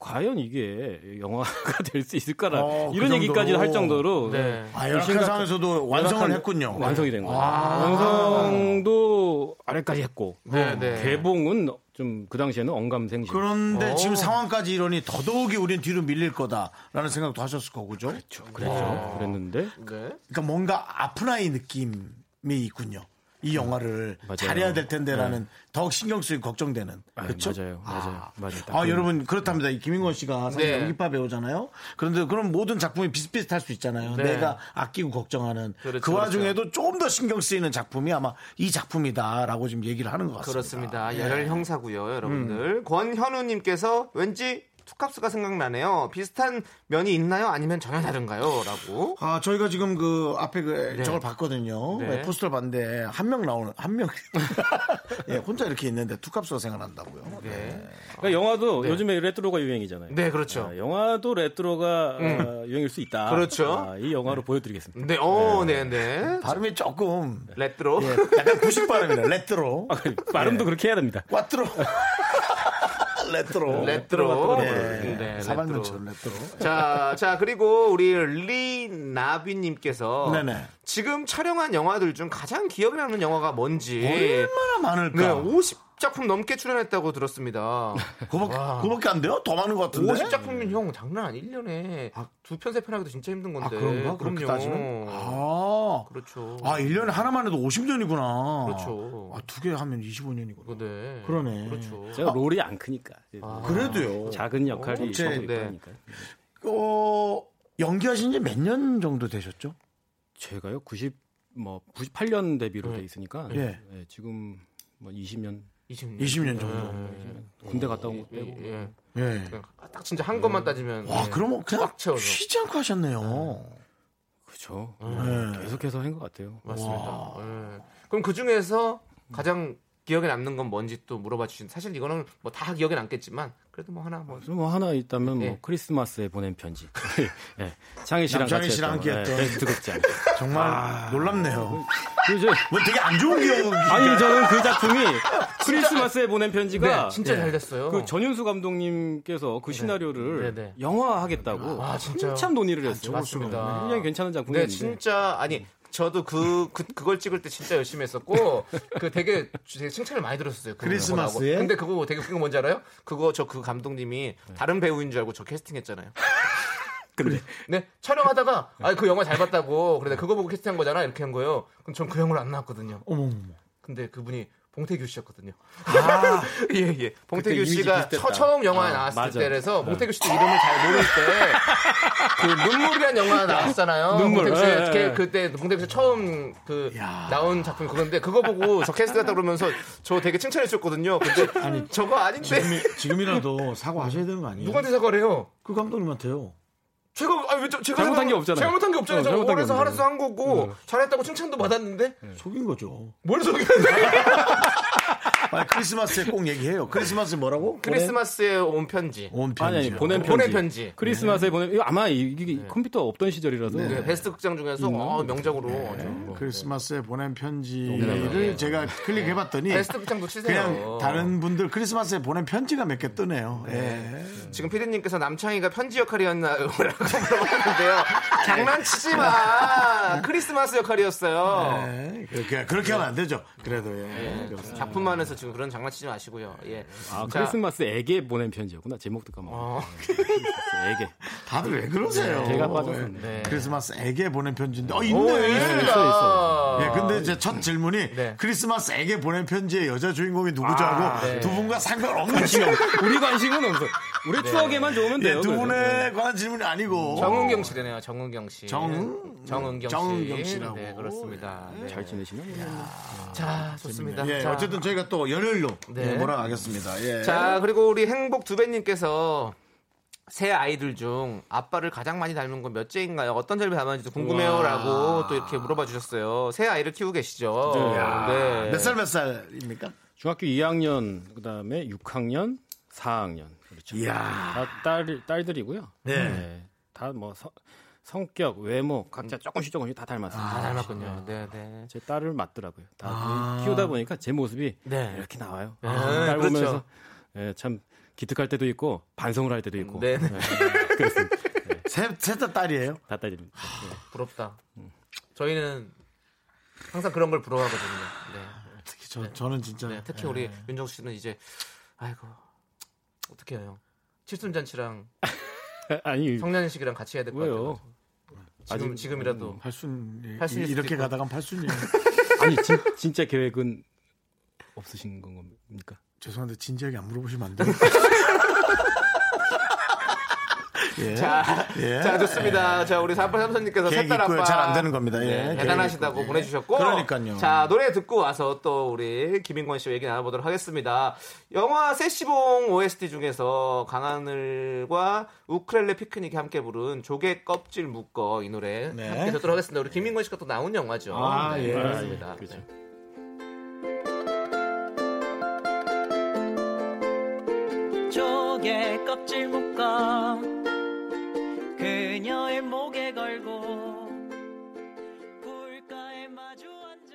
[SPEAKER 5] 과연 이게 영화가 될 수 있을까라
[SPEAKER 1] 어, 그
[SPEAKER 5] 이런 얘기까지 할 정도로
[SPEAKER 2] 네.
[SPEAKER 1] 아, 열악한 상황에서도 완성을
[SPEAKER 5] 열악한-
[SPEAKER 1] 했군요.
[SPEAKER 5] 완성이 된 거예요.
[SPEAKER 2] 아.
[SPEAKER 5] 완성도 아래까지 했고
[SPEAKER 1] 어,
[SPEAKER 2] 네, 네.
[SPEAKER 5] 개봉은 좀 그 당시에는 언감생심.
[SPEAKER 1] 그런데
[SPEAKER 2] 오.
[SPEAKER 1] 지금 상황까지 이러니 더더욱이 우린 뒤로 밀릴 거다라는 생각도 하셨을 거고, 그죠?
[SPEAKER 5] 그랬죠. 그랬는데
[SPEAKER 2] 네.
[SPEAKER 1] 그러니까 뭔가 아픈 아이 느낌이 있군요. 이 영화를
[SPEAKER 5] 맞아요.
[SPEAKER 1] 잘해야 될 텐데라는 더욱 신경 쓰이고 걱정되는
[SPEAKER 5] 아,
[SPEAKER 1] 그렇죠?
[SPEAKER 5] 맞아요, 맞아요, 맞아요. 딱
[SPEAKER 1] 아,
[SPEAKER 5] 그-
[SPEAKER 1] 여러분 그렇답니다. 이 김인권 씨가 사실
[SPEAKER 2] 네.
[SPEAKER 1] 연기파 배우잖아요. 그런데 그럼 모든 작품이 비슷비슷할 수 있잖아요.
[SPEAKER 2] 네.
[SPEAKER 1] 내가 아끼고 걱정하는 그
[SPEAKER 2] 그렇죠,
[SPEAKER 1] 와중에도 조금 더 신경 쓰이는 작품이 아마 이 작품이다라고 지금 얘기를 하는 것 같습니다. 네. 음.
[SPEAKER 2] 그렇습니다. 열혈 형사고요, 여러분들. 권현우님께서 왠지 투캅스가 생각나네요. 비슷한 면이 있나요? 아니면 전혀 다른가요?라고.
[SPEAKER 1] 아, 저희가 지금 그 앞에 그
[SPEAKER 2] 네.
[SPEAKER 1] 저걸 봤거든요.
[SPEAKER 2] 네.
[SPEAKER 1] 네, 포스터를 봤는데 한 명 나오는 한 명. 예, 혼자 이렇게 있는데 투캅스가 생각난다고요.
[SPEAKER 2] 네.
[SPEAKER 5] 그러니까 영화도 요즘에 레트로가 유행이잖아요.
[SPEAKER 2] 네, 그렇죠.
[SPEAKER 5] 아, 영화도 레트로가
[SPEAKER 1] 음.
[SPEAKER 5] 어, 유행일 수 있다.
[SPEAKER 2] 그렇죠.
[SPEAKER 5] 아, 이 영화로 보여드리겠습니다.
[SPEAKER 2] 네, 어, 네, 네.
[SPEAKER 1] 발음이 조금
[SPEAKER 2] 레트로.
[SPEAKER 1] 예, 약간 구식 발음이네. 레트로.
[SPEAKER 5] 발음도 그렇게 해야 됩니다.
[SPEAKER 1] 꽈트로. 레트로.
[SPEAKER 2] 레트로.
[SPEAKER 1] 네.
[SPEAKER 2] 네,
[SPEAKER 1] 사발면처럼
[SPEAKER 2] 레트로.
[SPEAKER 1] 레트로.
[SPEAKER 2] 자, 자 그리고 우리 리나비님께서
[SPEAKER 1] 네네.
[SPEAKER 2] 지금 촬영한 영화들 중 가장 기억에 남는 영화가 뭔지
[SPEAKER 1] 얼마나 많을까?
[SPEAKER 2] 네, 50 작품 넘게 출연했다고 들었습니다.
[SPEAKER 1] 그거밖에,
[SPEAKER 2] 와.
[SPEAKER 1] 그거밖에 안 돼요? 더 많은 것 같은데.
[SPEAKER 2] 50 작품이면 형 장난 아니 1년에 두 편 세 편 하기도 진짜 힘든
[SPEAKER 1] 아,
[SPEAKER 2] 건데.
[SPEAKER 1] 그런가?
[SPEAKER 2] 럼요
[SPEAKER 1] 그렇게 따지면? 아.
[SPEAKER 2] 그렇죠.
[SPEAKER 1] 아, 1년에 하나만 해도 50년이구나.
[SPEAKER 2] 그렇죠.
[SPEAKER 1] 아, 두 개 하면 25년이구나.
[SPEAKER 2] 네.
[SPEAKER 1] 그러네.
[SPEAKER 2] 그렇죠.
[SPEAKER 5] 제가 롤이 안 크니까
[SPEAKER 1] 그래도요.
[SPEAKER 5] 작은 역할이
[SPEAKER 2] 제-
[SPEAKER 5] 있고
[SPEAKER 2] 네.
[SPEAKER 5] 하니까.
[SPEAKER 1] 어, 연기하신 지 몇 년 정도 되셨죠?
[SPEAKER 5] 제가요 90 뭐 98년 데뷔로 돼 있으니까
[SPEAKER 1] 예.
[SPEAKER 5] 예, 지금 뭐 20년
[SPEAKER 2] 20년.
[SPEAKER 1] 20년 정도.
[SPEAKER 5] 군대 갔다 온 것
[SPEAKER 2] 예,
[SPEAKER 5] 빼고
[SPEAKER 2] 예.
[SPEAKER 1] 예.
[SPEAKER 2] 그냥 딱 진짜 한 것만 따지면.
[SPEAKER 1] 와,
[SPEAKER 2] 네.
[SPEAKER 1] 그럼 그냥
[SPEAKER 2] 꽉 채워서.
[SPEAKER 1] 쉬지 않고 하셨네요.
[SPEAKER 5] 그죠
[SPEAKER 1] 예.
[SPEAKER 5] 계속해서 한 것 같아요.
[SPEAKER 2] 맞습니다. 예. 그럼 그 중에서 가장 기억에 남는 건 뭔지 또 물어봐 주신. 사실 이거는 뭐 다 기억에 남겠지만 그래도 뭐 하나 뭐.
[SPEAKER 5] 그래서 뭐 하나 있다면
[SPEAKER 2] 예.
[SPEAKER 5] 뭐 크리스마스에 보낸 편지. 예. 장희 씨랑
[SPEAKER 1] 남창희
[SPEAKER 5] 같이
[SPEAKER 1] 씨랑
[SPEAKER 5] 했던,
[SPEAKER 1] 함께
[SPEAKER 5] 예,
[SPEAKER 1] 했던.
[SPEAKER 5] 베스트 극장.
[SPEAKER 1] 정말 놀랍네요.
[SPEAKER 5] 그리고 저-
[SPEAKER 1] 아. 뭐 되게 안 좋은 기억이.
[SPEAKER 5] 아니 저는 그 작품이 크리스마스에 보낸 편지가
[SPEAKER 2] 네, 진짜 잘 됐어요.
[SPEAKER 5] 그 전윤수 감독님께서 그 시나리오를
[SPEAKER 2] 네, 네.
[SPEAKER 5] 영화하겠다고
[SPEAKER 2] 아, 진짜요?
[SPEAKER 5] 한참 논의를 했어요.
[SPEAKER 2] 맞습니다.
[SPEAKER 5] 굉장히 괜찮은
[SPEAKER 2] 네,
[SPEAKER 5] 작품인데
[SPEAKER 2] 진짜 아니 저도 그, 그 그걸 찍을 때 진짜 열심히 했었고 그 되게 되게 칭찬을 많이 들었어요. 그
[SPEAKER 1] 크리스마스에?
[SPEAKER 2] 영화하고. 근데 그거 되게 웃긴 거 뭔지 알아요? 그거 저 그 감독님이 다른 배우인 줄 알고 저 캐스팅했잖아요.
[SPEAKER 5] 근데
[SPEAKER 2] 네 촬영하다가 아그 영화 잘 봤다고 그런데 그거 보고 캐스팅한 거잖아 이렇게 한 거예요. 그럼 전 그 영화를 안 나왔거든요.
[SPEAKER 1] 어머,
[SPEAKER 2] 근데 그분이 봉태규 씨였거든요.
[SPEAKER 1] 아,
[SPEAKER 2] 예, 예. 봉태규
[SPEAKER 5] 이미지
[SPEAKER 2] 씨가
[SPEAKER 5] 비슷했다.
[SPEAKER 2] 처, 처음 영화에
[SPEAKER 5] 아,
[SPEAKER 2] 나왔을
[SPEAKER 5] 맞아.
[SPEAKER 2] 때라서 봉태규 씨도 이름을 잘 모를 때. 그 눈물이란 영화 나왔잖아요.
[SPEAKER 5] 눈물.
[SPEAKER 2] 봉태규 씨,
[SPEAKER 5] 예, 예.
[SPEAKER 2] 걔 그때 봉태규 씨 처음 그 나온 작품이 그건데 그거 보고 저 캐스팅했다 그러면서 저 되게 칭찬해 주셨거든요. 근데 저거 아닌데
[SPEAKER 1] 지금이라도 사과하셔야 되는 거 아니에요?
[SPEAKER 2] 누구한테 사과를 해요?
[SPEAKER 1] 그 감독님한테요.
[SPEAKER 2] 제가 아왜 제가
[SPEAKER 5] 잘못한 게 없잖아요.
[SPEAKER 2] 잘못한 게 없잖아요. 제가
[SPEAKER 5] 어, 잘못한 게 어. 예.
[SPEAKER 2] 오래서
[SPEAKER 5] 없는데.
[SPEAKER 2] 하라서 한 거고 잘했다고 칭찬도 받았는데
[SPEAKER 5] 네.
[SPEAKER 1] 속인 거죠.
[SPEAKER 2] 뭘 속였는데?
[SPEAKER 1] 아 크리스마스에 꼭 얘기해요. 크리스마스 뭐라고?
[SPEAKER 2] 크리스마스에 온 편지.
[SPEAKER 1] 온 편지.
[SPEAKER 5] 아니 아니 보낸 편지,
[SPEAKER 2] 보낸 편지.
[SPEAKER 5] 크리스마스에 보낸 이거 아마 이게 컴퓨터 없던 시절이라서
[SPEAKER 2] 네, 베스트 극장 중에서
[SPEAKER 5] 음.
[SPEAKER 2] 어, 명작으로
[SPEAKER 5] 네.
[SPEAKER 2] 아주 뭐.
[SPEAKER 1] 크리스마스에 보낸 편지를 제가 클릭해봤더니
[SPEAKER 2] 베스트 극장도 치세요.
[SPEAKER 1] 그냥 다른 분들 크리스마스에 보낸 편지가 몇 개 뜨네요. 예.
[SPEAKER 2] 지금 피디님께서 남창희가 편지 역할이었나요? 라고 물어봤는데요.
[SPEAKER 1] 네.
[SPEAKER 2] 장난치지 마! 크리스마스 역할이었어요.
[SPEAKER 1] 예. 그렇게 그렇게 하면 안 되죠. 그래도 예. 그렇습니다.
[SPEAKER 2] 작품 안에서 지금 그런 장난치지 마시고요. 예.
[SPEAKER 5] 아
[SPEAKER 2] 자,
[SPEAKER 5] 크리스마스에게 보낸 편지였구나 제목도 까먹어.
[SPEAKER 2] 어,
[SPEAKER 5] 크리스마스에게
[SPEAKER 1] 다들 왜 그러세요?
[SPEAKER 5] 제가 빠졌었네.
[SPEAKER 1] 예. 크리스마스 애게 보낸 편지인데 어 있네.
[SPEAKER 2] 있습니다.
[SPEAKER 5] 있어,
[SPEAKER 1] 예, 근데 이제 첫 질문이
[SPEAKER 2] 아, 네.
[SPEAKER 1] 크리스마스 애게 보낸 편지의 여자 주인공이 누구죠 하고
[SPEAKER 2] 네.
[SPEAKER 1] 두 분과 상관없는 질문.
[SPEAKER 5] 우리 관심은 없어. 우리
[SPEAKER 2] 네.
[SPEAKER 5] 추억에만 좋으면
[SPEAKER 1] 예,
[SPEAKER 5] 돼요.
[SPEAKER 1] 두
[SPEAKER 5] 네, 그래서.
[SPEAKER 1] 분에 관한 질문이 아니고
[SPEAKER 2] 정은경 씨 되네요. 정은경 씨.
[SPEAKER 1] 정-
[SPEAKER 2] 정은경 씨.
[SPEAKER 1] 정은경 씨라고.
[SPEAKER 2] 네, 그렇습니다. 네.
[SPEAKER 5] 잘 지내시나요?
[SPEAKER 2] 자, 좋습니다.
[SPEAKER 1] 예,
[SPEAKER 2] 자,
[SPEAKER 1] 어쨌든 저희가 또 열혈로
[SPEAKER 2] 네.
[SPEAKER 1] 예, 몰아가겠습니다. 예.
[SPEAKER 2] 자, 그리고 우리 행복 두배님께서 새 아이들 중 아빠를 가장 많이 닮은 건 몇째인가요? 어떤 점이 닮았는지도 궁금해요라고 또 이렇게 물어봐 주셨어요. 새 아이를 키우고 계시죠? 네.
[SPEAKER 1] 몇 살 몇 살입니까?
[SPEAKER 5] 중학교 2학년, 그 다음에 6학년, 4학년. 그렇죠.
[SPEAKER 1] 이야.
[SPEAKER 5] 다 딸, 딸들이고요.
[SPEAKER 1] 네.
[SPEAKER 5] 다 뭐 성격, 외모,
[SPEAKER 2] 음.
[SPEAKER 5] 각자 조금씩 조금씩 다 닮았어요.
[SPEAKER 2] 다 아, 닮았군요. 네, 네.
[SPEAKER 5] 제 딸을 맞더라고요. 다 키우다 보니까 제 모습이
[SPEAKER 2] 아. 네.
[SPEAKER 5] 이렇게 나와요.
[SPEAKER 2] 네,
[SPEAKER 5] 아, 딸
[SPEAKER 2] 그렇죠.
[SPEAKER 5] 보면서 예, 참 기특할 때도 있고 반성을 할 때도 있고
[SPEAKER 2] 네, 네.
[SPEAKER 1] 셋다 딸이에요.
[SPEAKER 5] 다 딸입니다.
[SPEAKER 2] 부럽다. 저희는 항상 그런 걸 부러워하거든요. 네.
[SPEAKER 1] 특히 저, 저는 진짜
[SPEAKER 2] 네. 특히 우리 윤정수 씨는 이제 아이고 어떻게 해요? 칠순 잔치랑
[SPEAKER 5] 아니
[SPEAKER 2] 성년식이랑 같이 해야 될 것
[SPEAKER 5] 왜요?
[SPEAKER 2] 같아요. 지금 지금이라도
[SPEAKER 1] 팔순 예,
[SPEAKER 2] 팔순일 수도
[SPEAKER 1] 이렇게
[SPEAKER 2] 있고.
[SPEAKER 1] 가다간 팔순이에요.
[SPEAKER 5] 아니 진, 진짜 계획은 없으신 건 겁니까?
[SPEAKER 1] 죄송한데 진지하게 안 물어보시면 안 돼요. 예.
[SPEAKER 2] 자,
[SPEAKER 1] 예.
[SPEAKER 2] 자 좋습니다. 자 우리 4834님께서
[SPEAKER 1] 계획
[SPEAKER 2] 셋딸
[SPEAKER 1] 있고요.
[SPEAKER 2] 아빠
[SPEAKER 1] 잘안 되는 겁니다. 예,
[SPEAKER 2] 네,
[SPEAKER 1] 계획
[SPEAKER 2] 대단하시다고
[SPEAKER 1] 있고.
[SPEAKER 2] 보내주셨고
[SPEAKER 1] 그러니까요.
[SPEAKER 2] 자 노래 듣고 와서 또 우리 김인권 씨와 얘기 나눠보도록 하겠습니다. 영화 세시봉 OST 중에서 강하늘과 우크렐레 피크닉이 함께 부른 조개 껍질 묶어 이 노래
[SPEAKER 1] 네.
[SPEAKER 2] 함께 듣도록 하겠습니다. 우리 김인권 씨가 또 나온 영화죠. 네,
[SPEAKER 1] 아, 예.
[SPEAKER 2] 그렇습니다.
[SPEAKER 5] 그렇죠.
[SPEAKER 6] 조개 껍질 묶어 그녀의 목에 걸고 그 불가에 마주 앉아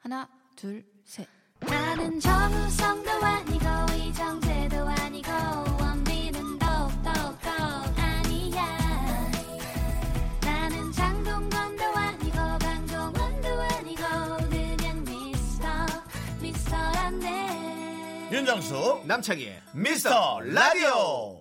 [SPEAKER 7] 하나, 둘, 셋.
[SPEAKER 3] 나는 정우성도 아니고 이정재도 아니고 원빈은 더욱더 아니야 나는 장동건도 아니고 강동원도 아니고 그냥 미스터 미스터란데
[SPEAKER 1] 예. 윤정수
[SPEAKER 2] 남창희의
[SPEAKER 1] 미스터 라디오.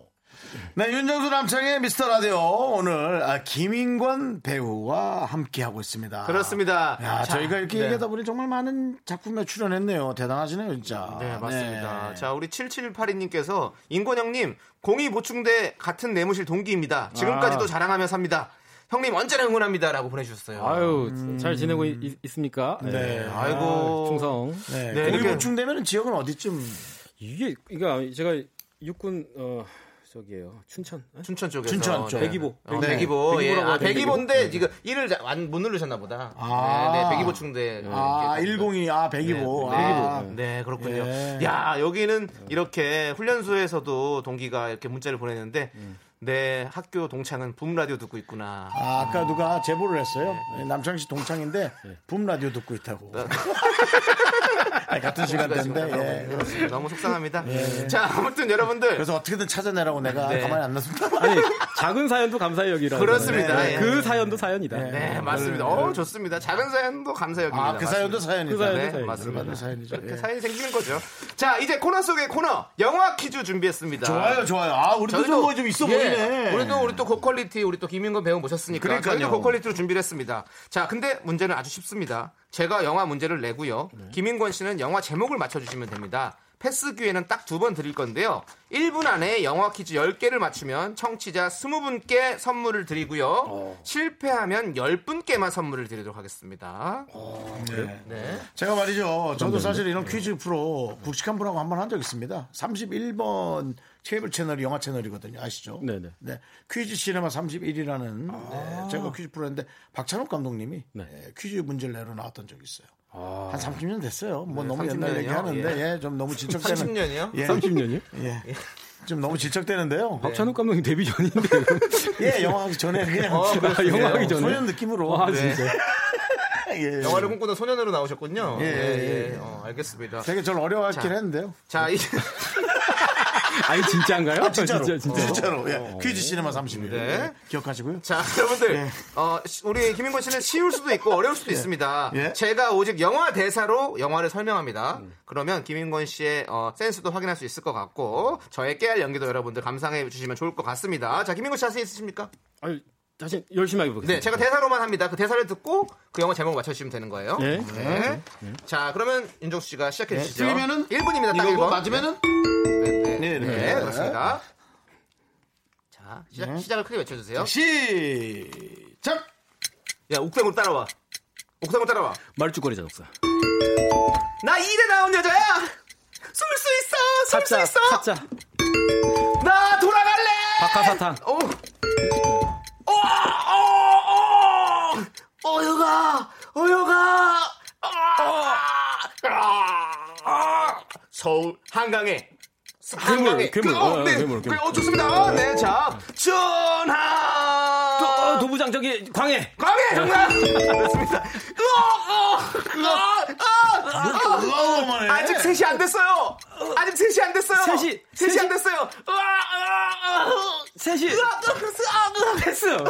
[SPEAKER 1] 네, 윤정수 남창의 미스터 라디오 오늘 아, 김인권 배우와 함께 하고 있습니다.
[SPEAKER 2] 그렇습니다.
[SPEAKER 1] 아, 야,
[SPEAKER 2] 자,
[SPEAKER 1] 저희가 이렇게
[SPEAKER 2] 네.
[SPEAKER 1] 얘기하다 보니 정말 많은 작품에 출연했네요. 대단하시네요, 진짜.
[SPEAKER 2] 네, 맞습니다.
[SPEAKER 1] 아, 네.
[SPEAKER 2] 자, 우리 7782님께서 인권 형님, 공이 보충대 같은 내무실 동기입니다. 지금까지도
[SPEAKER 5] 아.
[SPEAKER 2] 자랑하며 삽니다. 형님 언제나 응원합니다. 라고 보내주셨어요.
[SPEAKER 5] 아유 잘 음. 지내고 있, 습니까
[SPEAKER 1] 네.
[SPEAKER 2] 아이고.
[SPEAKER 5] 충성.
[SPEAKER 1] 네,
[SPEAKER 2] 네,
[SPEAKER 1] 거기
[SPEAKER 2] 이렇게- 네,
[SPEAKER 1] 보충되면 지역은 어디쯤?
[SPEAKER 5] 이게 이게 제가 육군 어 저기예요 춘천. 에?
[SPEAKER 2] 춘천 쪽에서.
[SPEAKER 1] 춘천 쪽.
[SPEAKER 5] 백이보.
[SPEAKER 2] 어,
[SPEAKER 1] 네.
[SPEAKER 2] 백이보. 예.
[SPEAKER 5] 백이보라고
[SPEAKER 2] 아,
[SPEAKER 5] 해야 되는데,
[SPEAKER 2] 백이보인데 지금 일을 자- 안- 못 누르셨나 보다.
[SPEAKER 1] 아.
[SPEAKER 2] 네, 네, 백이보 충대.
[SPEAKER 1] 아,
[SPEAKER 2] 이렇게
[SPEAKER 1] 102, 아, 105.
[SPEAKER 2] 네,
[SPEAKER 1] 아,
[SPEAKER 2] 네, 그렇군요.
[SPEAKER 1] 예.
[SPEAKER 2] 야, 여기는 이렇게 훈련소에서도 동기가 이렇게 문자를 보내는데 내 학교 동창은 붐라디오 듣고 있구나.
[SPEAKER 1] 아, 아까 누가 제보를 했어요.
[SPEAKER 2] 네,
[SPEAKER 1] 남창 씨 동창인데 붐 라디오 듣고 있다고. 아니, 같은
[SPEAKER 2] 네,
[SPEAKER 1] 시간대인데. 예.
[SPEAKER 2] 그렇습니다. 너무 속상합니다. 자, 아무튼 여러분들.
[SPEAKER 1] 그래서 어떻게든 찾아내라고 내가
[SPEAKER 2] 네.
[SPEAKER 1] 가만히 안 놨습니다.
[SPEAKER 5] 아니 작은 사연도 감사역이라고.
[SPEAKER 2] 그렇습니다.
[SPEAKER 5] 하잖아요.
[SPEAKER 2] 예.
[SPEAKER 5] 그 사연도 사연이다.
[SPEAKER 2] 네, 맞습니다. 어, 좋습니다. 작은 사연도 감사역입니다.
[SPEAKER 1] 아, 그 사연도 사연이죠.
[SPEAKER 5] 그 사연도
[SPEAKER 2] 네,
[SPEAKER 5] 사연이죠.
[SPEAKER 2] 맞습니다.
[SPEAKER 1] 열받는 사연이죠.
[SPEAKER 2] 이렇게
[SPEAKER 1] 예.
[SPEAKER 2] 사연이 생기는 거죠. 자, 이제 코너 속의 코너 영화 퀴즈 준비했습니다.
[SPEAKER 1] 좋아요, 좋아요. 아, 우리도
[SPEAKER 2] 저희도-
[SPEAKER 1] 좀 뭐 좀 있어
[SPEAKER 2] 예,
[SPEAKER 1] 보이네.
[SPEAKER 2] 우리도 우리 또 고퀄리티 우리 또 김인건 배우 모셨으니까
[SPEAKER 1] 그러니까요.
[SPEAKER 2] 저희도 고퀄리티로 준비를 했습니다. 자, 근데 문제는 아주 쉽습니다. 제가 영화 문제를 내고요.
[SPEAKER 1] 네.
[SPEAKER 2] 김인권 씨는 영화 제목을 맞춰주시면 됩니다. 패스 기회는 딱 두 번 드릴 건데요. 1분 안에 영화 퀴즈 10개를 맞추면 청취자 20분께 선물을 드리고요.
[SPEAKER 1] 어.
[SPEAKER 2] 실패하면 10분께만 선물을 드리도록 하겠습니다.
[SPEAKER 1] 네.
[SPEAKER 2] 네.
[SPEAKER 1] 제가 말이죠. 저도 사실 이런 퀴즈 프로 굵직한 분하고 한 번 한 적 있습니다. 31번 케이블 채널이 영화 채널이거든요. 아시죠?
[SPEAKER 5] 네네.
[SPEAKER 1] 네. 퀴즈 시네마 31이라는 제가 퀴즈 프로였는데 박찬욱 감독님이
[SPEAKER 5] 네.
[SPEAKER 1] 예, 퀴즈 문제를 내러 나왔던 적이 있어요. 한 30년 됐어요. 뭐 너무
[SPEAKER 2] 30
[SPEAKER 1] 옛날
[SPEAKER 2] 년이요?
[SPEAKER 1] 얘기하는데 예. 좀 너무 질척되는
[SPEAKER 2] 30 년이요?
[SPEAKER 1] 예.
[SPEAKER 2] 네.
[SPEAKER 5] 30년이요?
[SPEAKER 1] 예. 좀 너무 질척되는데요.
[SPEAKER 5] 박찬욱 감독님 데뷔 전인데요.
[SPEAKER 1] 예, 영화 하기 전에 그냥
[SPEAKER 2] 어,
[SPEAKER 5] 아,
[SPEAKER 2] 그렇습니다.
[SPEAKER 5] 영화 하기 전에.
[SPEAKER 1] 소년 느낌으로
[SPEAKER 5] 아,
[SPEAKER 2] 네.
[SPEAKER 5] 진짜.
[SPEAKER 1] 예.
[SPEAKER 2] 영화를 꿈꾸는 소년으로 나오셨군요.
[SPEAKER 1] 예,
[SPEAKER 2] 예, 예.
[SPEAKER 1] 예.
[SPEAKER 2] 어, 알겠습니다.
[SPEAKER 1] 되게 저를 어려워하긴 했는데요.
[SPEAKER 2] 자, 이
[SPEAKER 5] 아니 진짜인가요?
[SPEAKER 1] 진짜로.
[SPEAKER 5] 진짜 진짜.
[SPEAKER 1] 진짜로. 예. 퀴즈 시네마 31.
[SPEAKER 2] 어. 네.
[SPEAKER 1] 기억하시고요.
[SPEAKER 2] 자, 여러분들,
[SPEAKER 1] 네.
[SPEAKER 2] 어, 시- 우리 김인권 씨는 쉬울 수도 있고 어려울 수도 있습니다.
[SPEAKER 1] 예.
[SPEAKER 2] 제가 오직 영화 대사로 영화를 설명합니다. 그러면 김인권 씨의 어, 센스도 확인할 수 있을 것 같고 저의 깨알 연기도 여러분들 감상해 주시면 좋을 것 같습니다. 자, 김인권 씨 자신 있으십니까?
[SPEAKER 5] 아니 다시 열심히 해보겠습니다.
[SPEAKER 2] 네, 제가 대사로만 합니다. 그 대사를 듣고 그 영화 제목 맞춰주시면 되는 거예요.
[SPEAKER 5] 예.
[SPEAKER 2] 네. 자, 그러면 윤정수 씨가 시작해 주시죠.
[SPEAKER 1] 네, 틀리면은
[SPEAKER 2] 1분입니다. 딱 1분.
[SPEAKER 1] 이거 뭐 맞으면은
[SPEAKER 2] 네,
[SPEAKER 1] 네,
[SPEAKER 2] 네,
[SPEAKER 1] 네.
[SPEAKER 2] 네, 그렇습니다. 자, 시작, 시작을 크게 외쳐주세요.
[SPEAKER 1] 시작.
[SPEAKER 2] 야, 옥상으로 따라와. 옥상으로 따라와.
[SPEAKER 5] 말죽거리 자동차.
[SPEAKER 2] 나 일에 나온 여자야. 쏠 수 있어. 쏠 수
[SPEAKER 5] 사자
[SPEAKER 2] 있어.
[SPEAKER 5] 사자
[SPEAKER 2] 나 돌아갈래. 어.
[SPEAKER 5] 박하사탕.
[SPEAKER 2] 오. 오. 오. 오. 어, 어여가. 어여가. 아. 아. 서울 한강에. 한강에.
[SPEAKER 5] 괴물,
[SPEAKER 2] 그, 어,
[SPEAKER 5] 어,
[SPEAKER 2] 네.
[SPEAKER 5] 괴물, 괴물.
[SPEAKER 2] 그, 어, 좋습니다. 아, 네. 자. 전하.
[SPEAKER 5] 어, 도부장 저기 광해.
[SPEAKER 2] 광해 정답. 그렇습니다. 으어. 으어. 으어. 으어. 아직 셋이 안 됐어요. 아직 셋이 안 됐어요.
[SPEAKER 5] 네. 셋이,
[SPEAKER 2] 셋이
[SPEAKER 5] 셋이.
[SPEAKER 2] 안 됐어요. 으아, 으아, 으아.
[SPEAKER 5] 셋이
[SPEAKER 2] 으아, 으아, 패스, 아, 으아, 패스.
[SPEAKER 5] 뭐야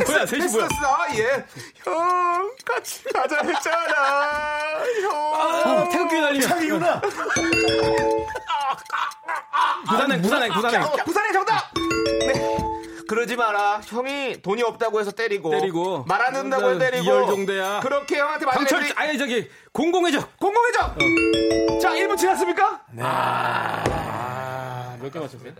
[SPEAKER 2] 패스,
[SPEAKER 5] 셋이 뭐야?
[SPEAKER 2] 패스, 아, 예. 형, 같이 가자 했잖아. 형.
[SPEAKER 5] 어, 태극기 날리면
[SPEAKER 1] 창이구나.
[SPEAKER 2] 아,
[SPEAKER 5] 부산행 부산행 부산행.
[SPEAKER 2] 어, 부산의 정답. 네. 그러지 마라. 형이 돈이 없다고 해서 때리고,
[SPEAKER 5] 때리고.
[SPEAKER 2] 말 안 듣는다고 해서 때리고
[SPEAKER 5] 이열종대야. 어.
[SPEAKER 2] 그렇게 형한테 맞는
[SPEAKER 5] 강철
[SPEAKER 2] 애들이
[SPEAKER 5] 아니 저기 공공의 적.
[SPEAKER 2] 공공의 적. 자, 1분 지났습니까?
[SPEAKER 5] 몇 개 맞췄어요?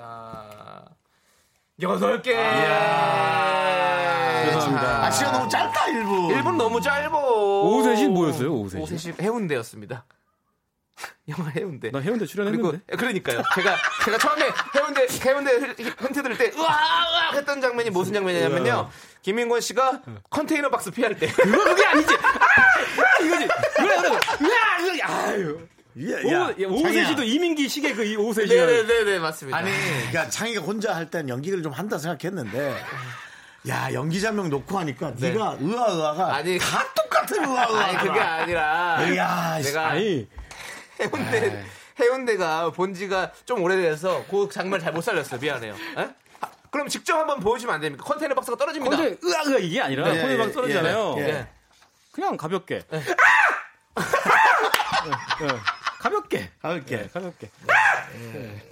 [SPEAKER 2] 여덟 개.
[SPEAKER 5] 아, 예. 죄송합니다. 음.
[SPEAKER 1] 아, 시간 너무 짧다, 1분.
[SPEAKER 2] 1분 너무 짧아.
[SPEAKER 5] 오후 3시 뭐였어요? 오후 3시.
[SPEAKER 2] 오세시 해운대였습니다. 영화 해운대.
[SPEAKER 5] 나 해운대
[SPEAKER 2] 그리고
[SPEAKER 5] 출연했는데.
[SPEAKER 2] 그러니까요. 제가 제가 처음에 해운대 해운대 흔태 들을 때 으아 으아 했던 장면이 무슨 장면이냐면요. 김민권 씨가 컨테이너 박스 피할 때.
[SPEAKER 5] 그거 그게 아니지. 아! 이거지. 그래 그래. 예, 야, 아유.
[SPEAKER 1] 야,
[SPEAKER 5] 오후 오후
[SPEAKER 1] 자기야.
[SPEAKER 5] 3시도 이민기 시계 그 오후 3시.
[SPEAKER 2] 네네네 맞습니다.
[SPEAKER 1] 아니, 그러니까 창희가 혼자 할 땐 연기를 좀 한다 생각했는데, 야 연기자 명 놓고 하니까
[SPEAKER 2] 네.
[SPEAKER 1] 네가 으아으아가
[SPEAKER 2] 아니
[SPEAKER 1] 다 똑같은 으아으아.
[SPEAKER 2] 아니 그게 아니라
[SPEAKER 1] 야,
[SPEAKER 2] 내가
[SPEAKER 5] 아니. 네.
[SPEAKER 2] 해운대 해운대가 본지가 좀 오래돼서 그 장면 잘 못 살렸어요. 미안해요. 에? 아, 그럼 직접 한번 보여주면 안 됩니까? 컨테이너 박스가 떨어집니다.
[SPEAKER 5] 컨대 으아으아 이게 아니라
[SPEAKER 2] 네,
[SPEAKER 1] 예,
[SPEAKER 5] 컨대 막
[SPEAKER 1] 예,
[SPEAKER 5] 떨어지잖아요.
[SPEAKER 1] 예, 예.
[SPEAKER 5] 그냥 가볍게. 아! 예, 예. 가볍게.
[SPEAKER 1] 가볍게.
[SPEAKER 5] 네, 가볍게. 예.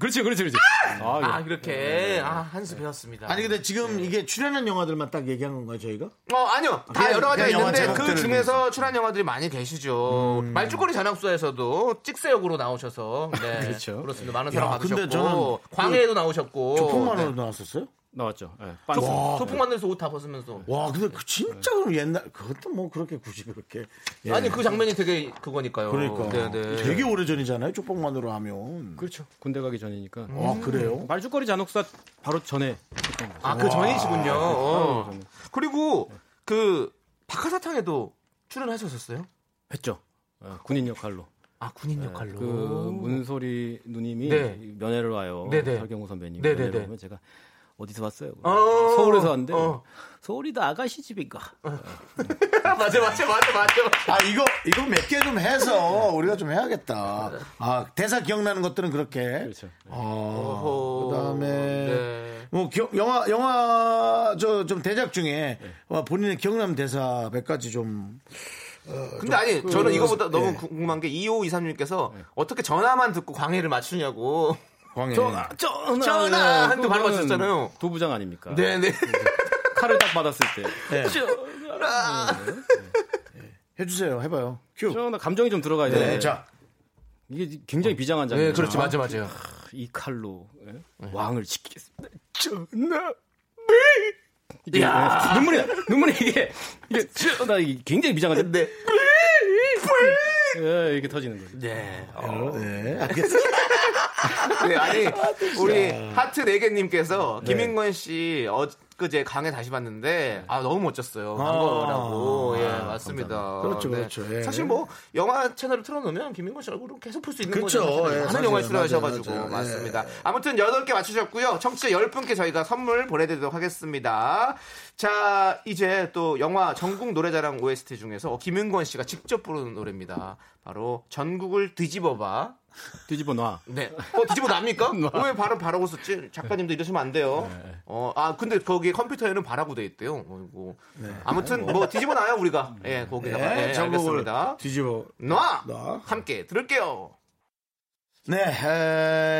[SPEAKER 5] 그렇지, 그렇지, 그렇지. 아,
[SPEAKER 2] 아
[SPEAKER 5] 이거.
[SPEAKER 2] 이렇게 아 한수 배웠습니다.
[SPEAKER 1] 아니 근데 지금
[SPEAKER 2] 예.
[SPEAKER 1] 이게 출연한 영화들만 딱 얘기한 건가요 저희가?
[SPEAKER 2] 어 아니요 다
[SPEAKER 1] 그냥-
[SPEAKER 2] 여러 가지가
[SPEAKER 1] 그냥 영화
[SPEAKER 2] 있는데 그
[SPEAKER 1] 제목들을 음.
[SPEAKER 2] 중에서 출연 영화들이 많이 계시죠. 말죽거리 전학소에서도 찍새역으로 나오셔서 네,
[SPEAKER 5] 그렇죠.
[SPEAKER 2] 렇습니다 많은 사랑
[SPEAKER 1] 야, 근데
[SPEAKER 2] 받으셨고
[SPEAKER 1] 저는 그
[SPEAKER 2] 광해에도 나오셨고
[SPEAKER 1] 폭만으로 아, 네.
[SPEAKER 2] 네.
[SPEAKER 1] 나왔었어요?
[SPEAKER 5] 나왔죠. 예,
[SPEAKER 1] 와.
[SPEAKER 5] 빤스.
[SPEAKER 2] 소풍 만들면서 옷 다 벗으면서
[SPEAKER 1] 와 근데 그 진짜 그럼 옛날 그것도 뭐 그렇게 굳이 그렇게 예.
[SPEAKER 2] 아니 그 장면이 되게 그거니까요.
[SPEAKER 1] 그러니까
[SPEAKER 2] 네, 네.
[SPEAKER 1] 되게 오래 전이잖아요 쪽방만으로 하면
[SPEAKER 5] 그렇죠. 군대 가기 전이니까.
[SPEAKER 1] 아 그래요?
[SPEAKER 5] 말죽거리 잔혹사 바로 전에.
[SPEAKER 2] 아 그
[SPEAKER 1] 네.
[SPEAKER 2] 전이시군요.
[SPEAKER 1] 아,
[SPEAKER 2] 어. 그리고 그 박하사탕에도 출연하셨었어요?
[SPEAKER 5] 했죠. 어, 군인 역할로.
[SPEAKER 2] 아 군인
[SPEAKER 1] 네,
[SPEAKER 2] 역할로.
[SPEAKER 5] 그 문소리 누님이
[SPEAKER 2] 네.
[SPEAKER 5] 면회를 와요.
[SPEAKER 2] 네네.
[SPEAKER 5] 설경구 선배님.
[SPEAKER 2] 네네네.
[SPEAKER 5] 면회를 오면 제가 어디서 왔어요?
[SPEAKER 2] 어.
[SPEAKER 5] 서울에서 왔는데
[SPEAKER 2] 어.
[SPEAKER 5] 서울이다 아가씨 집인가?
[SPEAKER 2] 맞아 맞아 맞아 맞아.
[SPEAKER 1] 아 이거 이거 몇 개 좀 해서 우리가 좀 해야겠다. 아 대사 기억나는 것들은 그렇게.
[SPEAKER 5] 그렇죠.
[SPEAKER 1] 어,
[SPEAKER 2] 어허.
[SPEAKER 1] 그다음에
[SPEAKER 2] 네.
[SPEAKER 1] 뭐 기- 영화 영화 저 좀 대작 중에 어, 본인의 기억나는 대사 몇 가지 좀.
[SPEAKER 2] 근데 아니 저는 이거보다 너무
[SPEAKER 1] 예.
[SPEAKER 2] 궁금한 게 2523님께서 어떻게 전화만 듣고 광해를 맞추냐고
[SPEAKER 1] 광해.
[SPEAKER 5] 전화,
[SPEAKER 2] 전화! 한두 발
[SPEAKER 5] 예, 그거는
[SPEAKER 2] 맞췄잖아요.
[SPEAKER 5] 도부장 아닙니까?
[SPEAKER 2] 네네
[SPEAKER 5] 칼을 딱 받았을 때.
[SPEAKER 1] 해주세요. 해봐요. 큐.
[SPEAKER 5] 전화 감정이 좀 들어가야
[SPEAKER 1] 네,
[SPEAKER 5] 돼.
[SPEAKER 1] 자
[SPEAKER 5] 이게 굉장히 비장한 장면.
[SPEAKER 2] 네 그렇지 맞아 맞아요
[SPEAKER 5] 이 칼로 예? 왕을 지키겠습니다. 전하. 이게 예, 눈물이 나. 눈물이 이게 이게 전하 이게 굉장히 비장한 장면.
[SPEAKER 2] 네.
[SPEAKER 5] 예, 이렇게 터지는 거죠.
[SPEAKER 2] 네.
[SPEAKER 1] 네, 알겠습니다.
[SPEAKER 2] 네, 아니 우리 하트 네개님께서 김인권 씨 엊그제 강해 다시 봤는데 아 너무 멋졌어요 반가워라고 예 맞습니다
[SPEAKER 1] 아, 그렇죠, 그렇죠. 예.
[SPEAKER 2] 사실 뭐 영화 채널을 틀어놓으면 김인권 씨 얼굴은 계속 볼 수 있는
[SPEAKER 1] 그렇죠.
[SPEAKER 2] 거죠
[SPEAKER 1] 예,
[SPEAKER 2] 많은
[SPEAKER 1] 맞아요,
[SPEAKER 2] 영화에
[SPEAKER 1] 맞아요,
[SPEAKER 2] 출연하셔가지고
[SPEAKER 1] 맞아요. 예.
[SPEAKER 2] 맞습니다 아무튼 여덟 개 맞추셨고요 청취자 열 분께 저희가 선물 보내드리도록 하겠습니다 자 이제 또 영화 전국 노래자랑 OST 중에서 김인권 씨가 직접 부르는 노래입니다 바로 전국을 뒤집어봐
[SPEAKER 5] 뒤집어 놔.
[SPEAKER 2] 네. 어, 뒤집어 납니까?
[SPEAKER 1] 뭐.
[SPEAKER 2] 왜 바로 바라고 썼지? 작가님도
[SPEAKER 1] 네.
[SPEAKER 2] 이러시면 안 돼요. 어, 아, 근데 거기 컴퓨터에는 바라고 돼 있대요. 어이구.
[SPEAKER 1] 네.
[SPEAKER 2] 아무튼 뭐 뒤집어 놔요, 우리가. 예, 거기다가. 예, 알겠습니다.
[SPEAKER 1] 뒤집어.
[SPEAKER 2] 놔!
[SPEAKER 1] 네. 놔.
[SPEAKER 2] 함께 들을게요.
[SPEAKER 1] 네,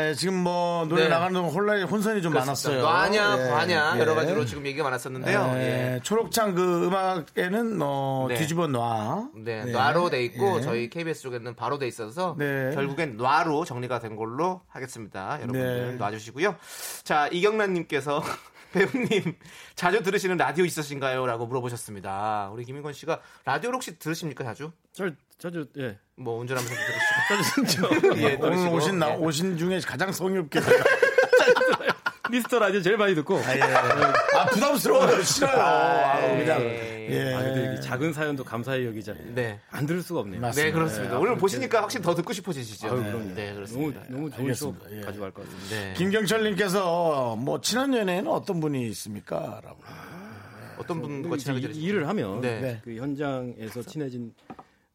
[SPEAKER 1] 에, 지금 뭐 노래
[SPEAKER 2] 네.
[SPEAKER 1] 나가는 동안 혼란이 혼선이 좀 많았어요.
[SPEAKER 2] 놔냐,
[SPEAKER 1] 예,
[SPEAKER 2] 과냐,
[SPEAKER 1] 예.
[SPEAKER 2] 여러 가지로 지금 얘기가 많았었는데요. 예.
[SPEAKER 1] 예, 초록창 그 음악에는 어,
[SPEAKER 2] 네.
[SPEAKER 1] 뒤집어 놔.
[SPEAKER 2] 네,
[SPEAKER 1] 네.
[SPEAKER 2] 놔로 돼 있고
[SPEAKER 1] 예.
[SPEAKER 2] 저희 KBS 쪽에는 바로 돼 있어서
[SPEAKER 1] 네.
[SPEAKER 2] 결국엔 놔로 정리가 된 걸로 하겠습니다. 여러분들
[SPEAKER 1] 네.
[SPEAKER 2] 놔주시고요. 자 이경란님께서 배우님 자주 들으시는 라디오 있으신가요?라고 물어보셨습니다. 우리 김인권 씨가 라디오 를 혹시 들으십니까 자주?
[SPEAKER 5] 저, 저도 예.
[SPEAKER 2] 뭐 운전하면서 들으시고 예,
[SPEAKER 1] 오늘
[SPEAKER 2] 들으시고.
[SPEAKER 1] 오신 나
[SPEAKER 2] 예. 네.
[SPEAKER 1] 오신 중에 가장 성의 없게
[SPEAKER 5] 미스터 라디오 제일 많이 듣고.
[SPEAKER 1] 예. 아 부담스러워요 싫어요 아, 그냥
[SPEAKER 2] 예.
[SPEAKER 1] 예.
[SPEAKER 5] 아, 근데 이게 작은 사연도 감사히 여기자.
[SPEAKER 2] 네.
[SPEAKER 5] 안 들을 수가 없네요.
[SPEAKER 1] 맞습니다.
[SPEAKER 2] 네 그렇습니다. 오늘 보시니까 확실히 더 듣고 싶어지시죠.
[SPEAKER 5] 그럼요.
[SPEAKER 2] 네
[SPEAKER 5] 너무,
[SPEAKER 2] 그렇습니다.
[SPEAKER 5] 너무 좋은
[SPEAKER 1] 알겠습니다.
[SPEAKER 5] 쇼
[SPEAKER 1] 예.
[SPEAKER 5] 가져갈 것 같습니다.
[SPEAKER 2] 네.
[SPEAKER 1] 김경철님께서 뭐 친한 연예인은 어떤 분이 있습니까?라고
[SPEAKER 2] 어떤 분과 친하게
[SPEAKER 5] 이제
[SPEAKER 2] 뭐 들으시죠?
[SPEAKER 5] 일을 하면
[SPEAKER 2] 네.
[SPEAKER 1] 네.
[SPEAKER 5] 그 현장에서 친해진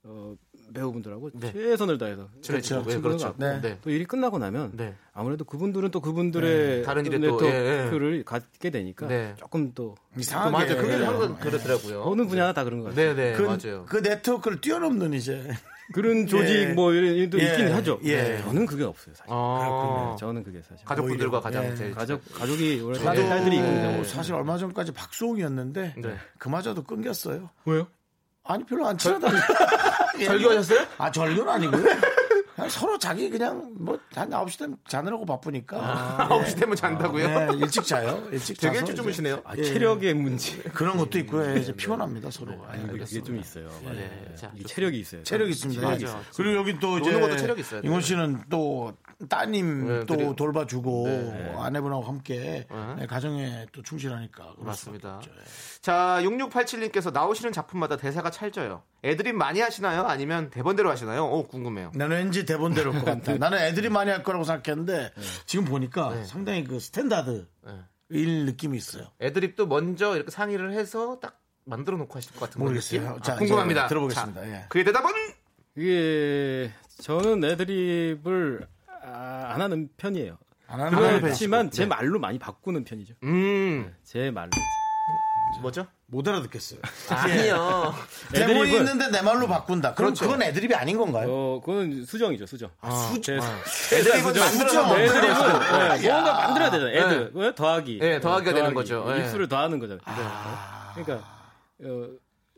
[SPEAKER 5] 어, 배우분들하고 최선을 다해서
[SPEAKER 2] 친해지고, 예,
[SPEAKER 5] 친구도
[SPEAKER 2] 그렇죠.
[SPEAKER 5] 갖고
[SPEAKER 1] 네.
[SPEAKER 2] 네.
[SPEAKER 5] 또 일이 끝나고 나면
[SPEAKER 2] 네.
[SPEAKER 5] 아무래도 그분들은 또 그분들의
[SPEAKER 2] 네, 다른 일에 또, 예,
[SPEAKER 5] 네트워크를 갖게 되니까
[SPEAKER 2] 네.
[SPEAKER 5] 조금 또
[SPEAKER 1] 이상하게
[SPEAKER 2] 맞아요. 그게
[SPEAKER 1] 예.
[SPEAKER 2] 항상 그렇더라고요.
[SPEAKER 5] 어느 분야나 다 그런 것
[SPEAKER 2] 네.
[SPEAKER 5] 같아요.
[SPEAKER 2] 네네
[SPEAKER 1] 그,
[SPEAKER 2] 맞아요.
[SPEAKER 1] 그 네트워크를 뛰어넘는 이제
[SPEAKER 5] 그런 조직
[SPEAKER 1] 예.
[SPEAKER 5] 뭐 이런 일도
[SPEAKER 1] 예.
[SPEAKER 5] 있긴 하죠. 네,
[SPEAKER 1] 예.
[SPEAKER 5] 저는 그게 없어요 사실.
[SPEAKER 2] 아,
[SPEAKER 5] 네, 저는 그게 사실.
[SPEAKER 2] 가족분들과
[SPEAKER 1] 오히려.
[SPEAKER 2] 가장
[SPEAKER 1] 예,
[SPEAKER 2] 제일
[SPEAKER 5] 가족 가족이 원래
[SPEAKER 1] 나도
[SPEAKER 5] 다들 딸들이 있거든요.
[SPEAKER 1] 예. 사실 얼마 전까지 박수홍이었는데
[SPEAKER 2] 네.
[SPEAKER 1] 그마저도 끊겼어요.
[SPEAKER 5] 왜요?
[SPEAKER 1] 아니 별로 안 친하다.
[SPEAKER 2] 절교하셨어요?
[SPEAKER 1] 아 절교는 아니고요. 그냥 서로 자기 그냥 뭐한 9시 되면 자느라고 바쁘니까.
[SPEAKER 2] 아홉 시 되면 잔다고요?
[SPEAKER 1] 네, 일찍 자요. 일찍
[SPEAKER 2] 되게
[SPEAKER 1] 자서
[SPEAKER 2] 일찍 주무시네요.
[SPEAKER 1] 예.
[SPEAKER 5] 아, 체력의 문제.
[SPEAKER 2] 네,
[SPEAKER 1] 그런 것도 있고요. 이제 피곤합니다 서로. 예.
[SPEAKER 5] 그게 좀 있어요. 맞아요.
[SPEAKER 2] 네, 자,
[SPEAKER 5] 이게 체력이 있어요.
[SPEAKER 1] 체력이 있습니다.
[SPEAKER 2] 네, 맞아.
[SPEAKER 1] 예. 그리고 여기 또
[SPEAKER 2] 노는
[SPEAKER 1] 이제
[SPEAKER 2] 것도 체력이 있어야 돼요.
[SPEAKER 1] 이건 씨는 또 따님
[SPEAKER 2] 네,
[SPEAKER 1] 또
[SPEAKER 2] 그리고-
[SPEAKER 1] 돌봐주고 아내분하고 함께
[SPEAKER 2] 네.
[SPEAKER 1] 네, 가정에 또 충실하니까 그럴 수밖에
[SPEAKER 2] 맞습니다.
[SPEAKER 1] 없죠. 예.
[SPEAKER 2] 자, 6687님께서 나오시는 작품마다 대사가 찰져요. 애드립 많이 하시나요? 아니면 대본대로 하시나요? 오, 궁금해요.
[SPEAKER 1] 나는 왠지 대본대로 할 것 같다. 나는 애들이 많이 할 거라고 생각했는데 지금 보니까 상당히 그 스탠다드 일 느낌이 있어요.
[SPEAKER 2] 애드립도 먼저 이렇게 상의를 해서 딱 만들어 놓고 하실 것 같은
[SPEAKER 1] 모르겠어요.
[SPEAKER 2] 그런 느낌?
[SPEAKER 1] 자,
[SPEAKER 2] 아, 궁금합니다.
[SPEAKER 1] 이제 들어보겠습니다.
[SPEAKER 2] 자,
[SPEAKER 1] 예.
[SPEAKER 2] 그의 대답은
[SPEAKER 5] 이게 저는 애드립을 아, 안 하는 편이에요. 네.
[SPEAKER 1] 안 하는 거예요.
[SPEAKER 5] 그렇지만 제 말로 많이 바꾸는 편이죠.
[SPEAKER 2] 네, 음.
[SPEAKER 5] 제 말로.
[SPEAKER 2] 뭐죠?
[SPEAKER 1] 못 알아듣겠어요.
[SPEAKER 2] 예. 아니요.
[SPEAKER 1] 대본이
[SPEAKER 5] 애드립은-
[SPEAKER 1] 있는데 내 말로 바꾼다. 그럼 그건 애드립이 아닌 건가요? 아,
[SPEAKER 5] 어, 그건 수정이죠, 수정. 제-
[SPEAKER 2] 애드립은
[SPEAKER 5] 그죠?
[SPEAKER 2] 만들어
[SPEAKER 1] 그죠?
[SPEAKER 2] 놓은
[SPEAKER 5] 아, 애드립은
[SPEAKER 2] 거예요.
[SPEAKER 5] 네, 뭔가 만들어야 되잖아요. 애드 네. 더하기.
[SPEAKER 2] 네, 더하기가 되는 거죠. 네.
[SPEAKER 5] 입술을 더하는 거잖아요. 그러니까 어,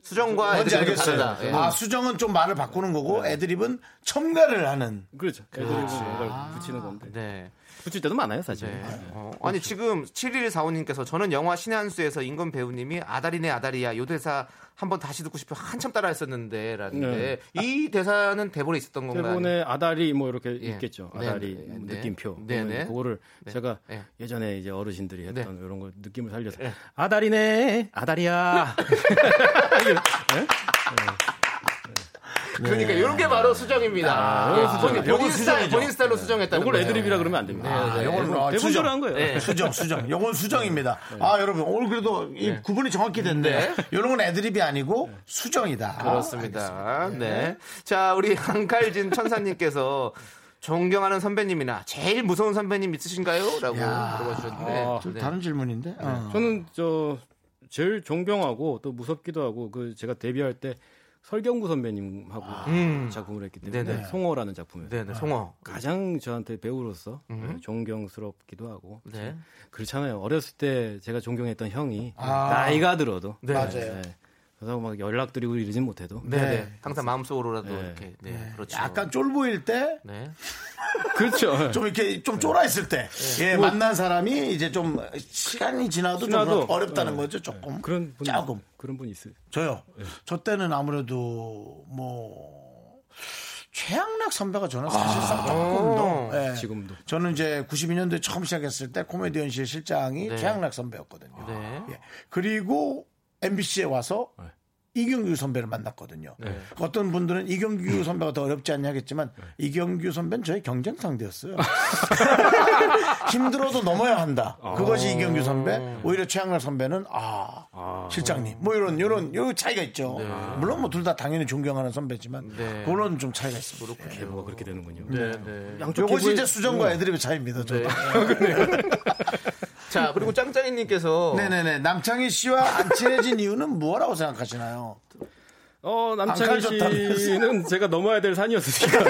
[SPEAKER 2] 수정과
[SPEAKER 1] 뭔지
[SPEAKER 2] 애드립은
[SPEAKER 1] 알겠어요.
[SPEAKER 2] 다르다. 예.
[SPEAKER 1] 아 수정은 좀 말을 바꾸는 거고 애드립은 첨가를 하는.
[SPEAKER 5] 그렇죠. 애드립은 뭔가 붙이는 건데
[SPEAKER 2] 네.
[SPEAKER 5] 붙일 때도 많아요, 사실.
[SPEAKER 2] 네.
[SPEAKER 5] 네.
[SPEAKER 2] 어, 아니 지금 7145님께서 저는 영화 신의 한 수에서 임건 배우님이 아다리네 아다리야 요 대사 한번 다시 듣고 싶어 한참 따라 했었는데 라는데 이 대사는 대본에 있었던 건가요?
[SPEAKER 5] 대본에 아다리 뭐 이렇게
[SPEAKER 2] 예.
[SPEAKER 5] 있겠죠.
[SPEAKER 2] 네,
[SPEAKER 5] 아다리
[SPEAKER 2] 네, 네.
[SPEAKER 5] 느낌표. 뭐
[SPEAKER 2] 네,
[SPEAKER 5] 그러면
[SPEAKER 2] 네.
[SPEAKER 5] 그거를 제가
[SPEAKER 2] 네.
[SPEAKER 5] 예전에 예. 이제 어르신들이 했던
[SPEAKER 2] 네.
[SPEAKER 5] 이런 거 느낌을 살려서 아다리네, 아다리야.
[SPEAKER 1] 네.
[SPEAKER 2] 그러니까 이런 게 바로 수정입니다. 예. 본인, 본인 스타일, 본인 스타일로 수정했다는
[SPEAKER 5] 이걸
[SPEAKER 2] 거예요.
[SPEAKER 5] 애드립이라 그러면 안 됩니다.
[SPEAKER 2] 네, 네.
[SPEAKER 1] 요거는 아,
[SPEAKER 5] 대본대로 한 거예요.
[SPEAKER 2] 네.
[SPEAKER 1] 수정, 수정. 요건 수정입니다. 아, 여러분, 오늘 그래도 이
[SPEAKER 2] 네.
[SPEAKER 1] 구분이 정확히 됐네. 요 이런 건 애드립이 아니고 수정이다.
[SPEAKER 2] 그렇습니다. 네. 자, 우리 안칼진 천사님께서 존경하는 선배님이나 제일 무서운 선배님 있으신가요? 라고
[SPEAKER 1] 야.
[SPEAKER 2] 물어봐 주셨는데.
[SPEAKER 5] 아,
[SPEAKER 1] 좀
[SPEAKER 2] 네.
[SPEAKER 1] 다른 질문인데. 어.
[SPEAKER 5] 저는 저 제일 존경하고 또 무섭기도 하고 그 제가 데뷔할 때 설경구 선배님하고
[SPEAKER 2] 음.
[SPEAKER 5] 작품을 했기 때문에
[SPEAKER 2] 네네.
[SPEAKER 5] 송어라는 작품을
[SPEAKER 2] 네, 네. 송어.
[SPEAKER 5] 가장 저한테 배우로서
[SPEAKER 1] 음.
[SPEAKER 5] 네, 존경스럽기도 하고
[SPEAKER 2] 네.
[SPEAKER 5] 그렇잖아요. 어렸을 때 제가 존경했던 형이
[SPEAKER 1] 아.
[SPEAKER 5] 나이가 들어도
[SPEAKER 2] 네.
[SPEAKER 1] 맞아요.
[SPEAKER 5] 네. 그래서 막 연락드리고 이러진 못해도
[SPEAKER 2] 네, 네.
[SPEAKER 1] 네.
[SPEAKER 2] 항상 마음속으로라도
[SPEAKER 5] 네.
[SPEAKER 2] 이렇게. 네. 그렇죠.
[SPEAKER 1] 약간 쫄보일 때
[SPEAKER 2] 네.
[SPEAKER 5] 그렇죠.
[SPEAKER 1] 좀 이렇게 좀 쫄아 있을 때
[SPEAKER 2] 네.
[SPEAKER 1] 예,
[SPEAKER 2] 뭐
[SPEAKER 1] 만난 사람이 이제 좀 시간이 지나도 좀
[SPEAKER 5] 지나도,
[SPEAKER 1] 어렵다는
[SPEAKER 5] 예.
[SPEAKER 2] 네.
[SPEAKER 1] 거죠 조금
[SPEAKER 5] 그런 분
[SPEAKER 1] 조금
[SPEAKER 5] 그런 분 있어요.
[SPEAKER 1] 저요 저 때는 아무래도 뭐 최양락 선배가 저는 사실상 조금 더
[SPEAKER 2] 아,
[SPEAKER 1] 예.
[SPEAKER 5] 지금도.
[SPEAKER 1] 저는 이제 92년도에 처음 시작했을 때 코미디언실 실장이 최양락 선배였거든요
[SPEAKER 2] 네.
[SPEAKER 1] 예. 그리고 MBC에 와서 이경규 선배를 만났거든요. 어떤 분들은 이경규 선배가 더 어렵지 않냐 하겠지만 이경규 선배는 저의 경쟁 상대였어요. 힘들어도 넘어야 한다. 그것이 이경규 선배. 오히려 최양락 선배는 아, 실장님 뭐 이런 이런 요 차이가 있죠. 물론 뭐 둘 다 당연히 존경하는 선배지만
[SPEAKER 2] 네.
[SPEAKER 1] 그런 좀 차이가 있습니다.
[SPEAKER 5] 뭐가 그렇게 되는군요.
[SPEAKER 1] 네. 요것이 이제 수정과 애드립의 차이입니다. 저도.
[SPEAKER 2] 자, 그리고 짱짱이님께서
[SPEAKER 1] 네네네. 남창희 씨와 안 친해진 이유는 뭐라고 생각하시나요?
[SPEAKER 5] 어
[SPEAKER 1] 안
[SPEAKER 5] 남창희
[SPEAKER 1] 가졌다면서.
[SPEAKER 5] 씨는 제가 넘어야 될 산이었으니까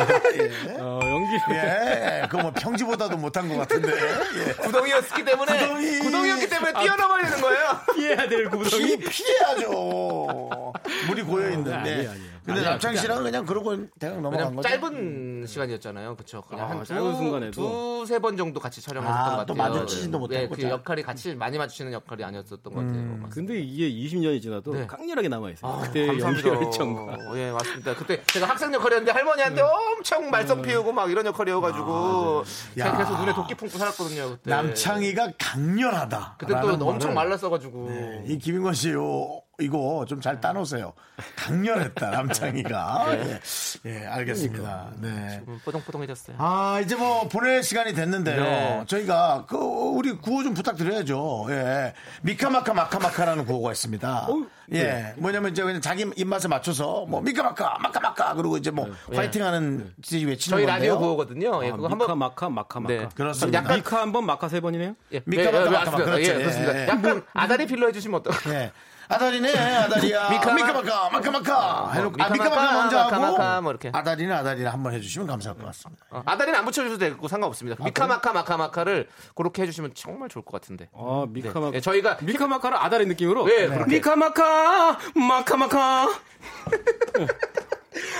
[SPEAKER 5] 어, 연기
[SPEAKER 1] 예, 그거 뭐 평지보다도 못한 것 같은데. 예.
[SPEAKER 2] 구덩이였기 때문에
[SPEAKER 1] 구덩이. 아,
[SPEAKER 2] 구덩이. 였기 때문에 뛰어넘어야 되는 거예요.
[SPEAKER 5] 피해야 될
[SPEAKER 1] 피,
[SPEAKER 5] 구성이
[SPEAKER 1] 피해야죠. 물이 고여 있는데. 근데 남창 씨랑 그냥 그러고 대강 넘어간
[SPEAKER 2] 왜냐면
[SPEAKER 1] 거죠.
[SPEAKER 2] 짧은 시간이었잖아요. 그쵸 그냥
[SPEAKER 5] 아,
[SPEAKER 2] 한
[SPEAKER 5] 짧은
[SPEAKER 2] 두,
[SPEAKER 5] 순간에도.
[SPEAKER 2] 두세 번 정도 같이 촬영했었던
[SPEAKER 1] 아,
[SPEAKER 2] 것 같아요.
[SPEAKER 1] 또 마주치지도 못했고 음.
[SPEAKER 2] 네, 그
[SPEAKER 1] 잘.
[SPEAKER 2] 역할이 같이 많이 마주치는 역할이 아니었었던 것 같아요.
[SPEAKER 5] 근데 이게 20년이 지나도
[SPEAKER 2] 네.
[SPEAKER 5] 강렬하게 남아 있어요.
[SPEAKER 2] 아,
[SPEAKER 5] 그 그때 연기 열정과 음.
[SPEAKER 2] 감사합니다. 예, 맞습니다. 그때 제가 학생 역할이었는데 할머니한테 엄청 말썽 피우고 막 이런
[SPEAKER 5] 아,
[SPEAKER 2] 역할이어가지고
[SPEAKER 5] 네,
[SPEAKER 2] 제가
[SPEAKER 1] 야.
[SPEAKER 2] 계속 눈에 도끼 품고 살았거든요. 그때.
[SPEAKER 1] 남창희가 강렬하다.
[SPEAKER 2] 그때 네. 또 엄청 말랐어가지고.
[SPEAKER 1] 이 김인권 씨 요, 이거 좀 잘 따놓으세요. 강렬했다, 남창희가. 예, 예, 알겠습니다. 네.
[SPEAKER 2] 음, 뽀동뽀동해졌어요.
[SPEAKER 1] 아, 이제 뭐 보낼 시간이 됐는데요.
[SPEAKER 2] 네.
[SPEAKER 1] 저희가 그 우리 구호 좀 부탁드려야죠. 예. 미카마카 마카마카라는 구호가 있습니다. 예.
[SPEAKER 2] 네.
[SPEAKER 1] 뭐냐면 이제 그냥 자기 입맛에 맞춰서 뭐 미카마카 마카마카 그러고 이제 뭐 파이팅하는 지지 외치는
[SPEAKER 2] 네. 저희
[SPEAKER 1] 건데요. 아,
[SPEAKER 2] 라디오 구호거든요. 예, 그거
[SPEAKER 5] 미카
[SPEAKER 2] 한번
[SPEAKER 5] 마카 마카 마카.
[SPEAKER 2] 네.
[SPEAKER 1] 그렇습니다.
[SPEAKER 2] 약간
[SPEAKER 5] 미카 한 번 마카 세 번이네요.
[SPEAKER 2] 예,
[SPEAKER 1] 아, 미카마카
[SPEAKER 2] 예,
[SPEAKER 1] 마카마카.
[SPEAKER 2] 맞습니다. 예,
[SPEAKER 1] 그렇죠.
[SPEAKER 2] 그렇습니다.
[SPEAKER 1] 예.
[SPEAKER 2] 약간 아다리 필러 해주시면 어떨까요?
[SPEAKER 1] 예. 아다리네 아다리야
[SPEAKER 2] 미카마- 어,
[SPEAKER 1] 미카마카 마카마카 해놓고 아,
[SPEAKER 2] 미카마카,
[SPEAKER 1] 미카마카 먼저
[SPEAKER 2] 마카마카
[SPEAKER 1] 하고
[SPEAKER 2] 뭐 이렇게.
[SPEAKER 1] 아다리는 아다리를 한번 해주시면 감사할 것 같습니다
[SPEAKER 2] 어, 아다리는 안 붙여주셔도 되고
[SPEAKER 1] 아,
[SPEAKER 2] 상관없습니다. 미카마카 마카마카를 그렇게 해주시면 정말 좋을 것 같은데.
[SPEAKER 5] 아, 미카마카.
[SPEAKER 1] 어,
[SPEAKER 2] 네, 저희가
[SPEAKER 5] 미카마카를 아다리 느낌으로.
[SPEAKER 2] 네, 그렇게.
[SPEAKER 5] 미카마카, 마카마카.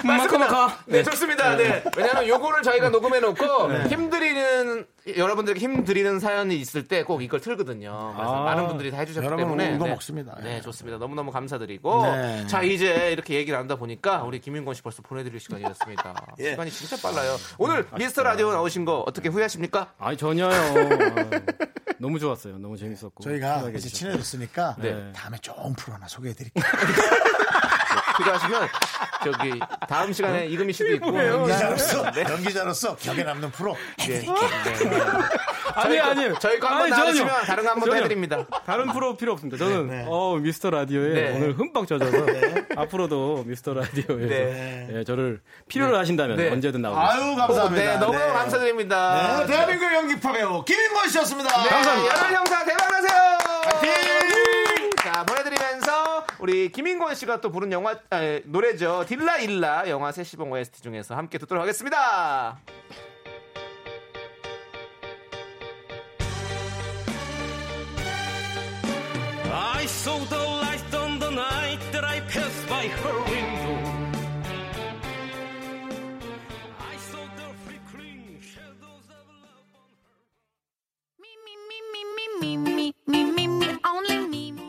[SPEAKER 5] 마카마카.
[SPEAKER 2] 네, 좋습니다. 네. 왜냐하면 요거를 저희가 녹음해놓고
[SPEAKER 1] 네.
[SPEAKER 2] 힘드리는 여러분들에게 힘드리는 사연이 있을 때 꼭 이걸 틀거든요. 그래서
[SPEAKER 5] 아,
[SPEAKER 2] 많은 분들이 다 해주셨기
[SPEAKER 1] 여러분
[SPEAKER 2] 때문에
[SPEAKER 1] 울고
[SPEAKER 2] 네.
[SPEAKER 1] 먹습니다.
[SPEAKER 2] 네,
[SPEAKER 1] 예.
[SPEAKER 2] 좋습니다. 너무 너무 감사드리고
[SPEAKER 1] 네.
[SPEAKER 2] 자 이제 이렇게 얘기 나누다 보니까 우리 김윤건 씨 벌써 보내드릴 시간이 됐습니다.
[SPEAKER 1] 예.
[SPEAKER 2] 시간이 진짜 빨라요. 오늘
[SPEAKER 1] 아,
[SPEAKER 2] 미스터 라디오 나오신 거 어떻게 후회하십니까?
[SPEAKER 5] 아니, 전혀요. 아, 너무 좋았어요. 너무 재밌었고.
[SPEAKER 1] 저희가
[SPEAKER 5] 편하게
[SPEAKER 1] 이제
[SPEAKER 5] 해주셔서.
[SPEAKER 1] 친해졌으니까
[SPEAKER 2] 네.
[SPEAKER 1] 다음에 좋은 프로 하나 소개해드릴게요
[SPEAKER 2] 필요하시면 저기 다음
[SPEAKER 1] 어?
[SPEAKER 2] 시간에 이금희 씨도 있고 네.
[SPEAKER 1] 연기자로서 연기자로서 격에 남는 프로
[SPEAKER 5] 아니, 아니.
[SPEAKER 2] 저희 거 한번
[SPEAKER 5] 아니, 전혀.
[SPEAKER 2] 나가시면 다른 거 한 번 더
[SPEAKER 5] 전혀.
[SPEAKER 2] 해드립니다.
[SPEAKER 5] 다른 프로 필요 없습니다. 저는
[SPEAKER 1] 네.
[SPEAKER 5] 어, 미스터 라디오에
[SPEAKER 2] 네.
[SPEAKER 5] 오늘 흠뻑 젖어서 앞으로도 미스터 라디오에서
[SPEAKER 2] 네.
[SPEAKER 5] 예, 저를 필요로 하신다면
[SPEAKER 2] 네.
[SPEAKER 5] 언제든 나오겠습니다.
[SPEAKER 1] 아유 감사합니다
[SPEAKER 2] 네, 너무 너무 감사드립니다.
[SPEAKER 1] 네, 대한민국 연기파 배우 김인권 씨였습니다
[SPEAKER 2] 네, 감사합니다. 여름 형사 대박나세요. 자 보내드리면서 우리 김인권 씨가 또 부른 영화 아, 노래죠 딜라 일라 영화 세시봉 OST 중에서 함께 듣도록 하겠습니다.
[SPEAKER 8] I saw the light on the night that I passed by her window. I saw the flickering shadows of love.
[SPEAKER 3] Me, me, me, me, me, me, me, me, only me.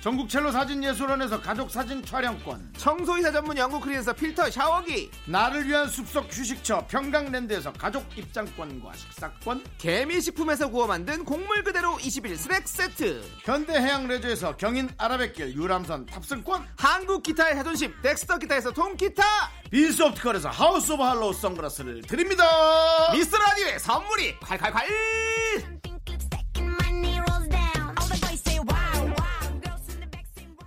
[SPEAKER 1] 전국 첼로 사진 예술원에서 가족 사진 촬영권
[SPEAKER 2] 청소이사 전문 영국 크린에서 필터 샤워기.
[SPEAKER 1] 나를 위한 숲속 휴식처 평강랜드에서 가족 입장권과 식사권
[SPEAKER 2] 개미식품에서 구워 만든 곡물 그대로 21 스낵 세트.
[SPEAKER 1] 현대해양레저에서 경인 아라뱃길 유람선 탑승권
[SPEAKER 2] 한국 기타의 자존심 덱스터 기타에서 통기타
[SPEAKER 1] 빈스 옵티컬에서 하우스 오브 할로우 선글라스를 드립니다
[SPEAKER 2] 미스터 라디오의 선물이 콸콸콸
[SPEAKER 3] Think clips second money rolls down. All the boys say wow, wow. Girls in the back say wow.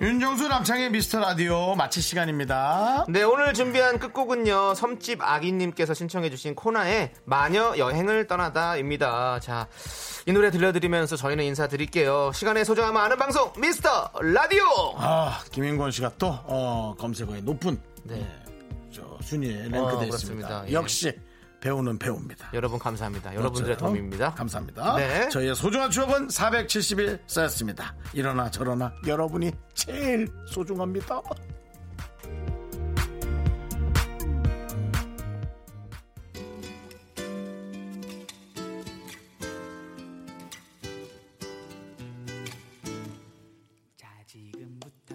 [SPEAKER 1] 윤정수 남창의 미스터라디오 마칠 시간입니다
[SPEAKER 2] 네 오늘 준비한 끝곡은요 섬집 아기님께서 신청해주신 코나의 마녀 여행을 떠나다입니다 자 이 노래 들려드리면서 저희는 인사드릴게요 시간의 소중함을 아는 방송 미스터 라디오
[SPEAKER 1] 아 김인권 씨가 또 어, 검색어의 높은
[SPEAKER 2] 네
[SPEAKER 1] 저 순위에 랭크되어
[SPEAKER 2] 어,
[SPEAKER 1] 있습니다
[SPEAKER 2] 그렇습니다. 예.
[SPEAKER 1] 역시 배우는 배우입니다
[SPEAKER 2] 여러분 감사합니다 여러분들의
[SPEAKER 1] 그렇죠.
[SPEAKER 2] 도움입니다
[SPEAKER 1] 감사합니다
[SPEAKER 2] 네.
[SPEAKER 1] 저희의 소중한 추억은 471 쌓였습니다 이러나 저러나 여러분이 제일 소중합니다
[SPEAKER 4] 자 지금부터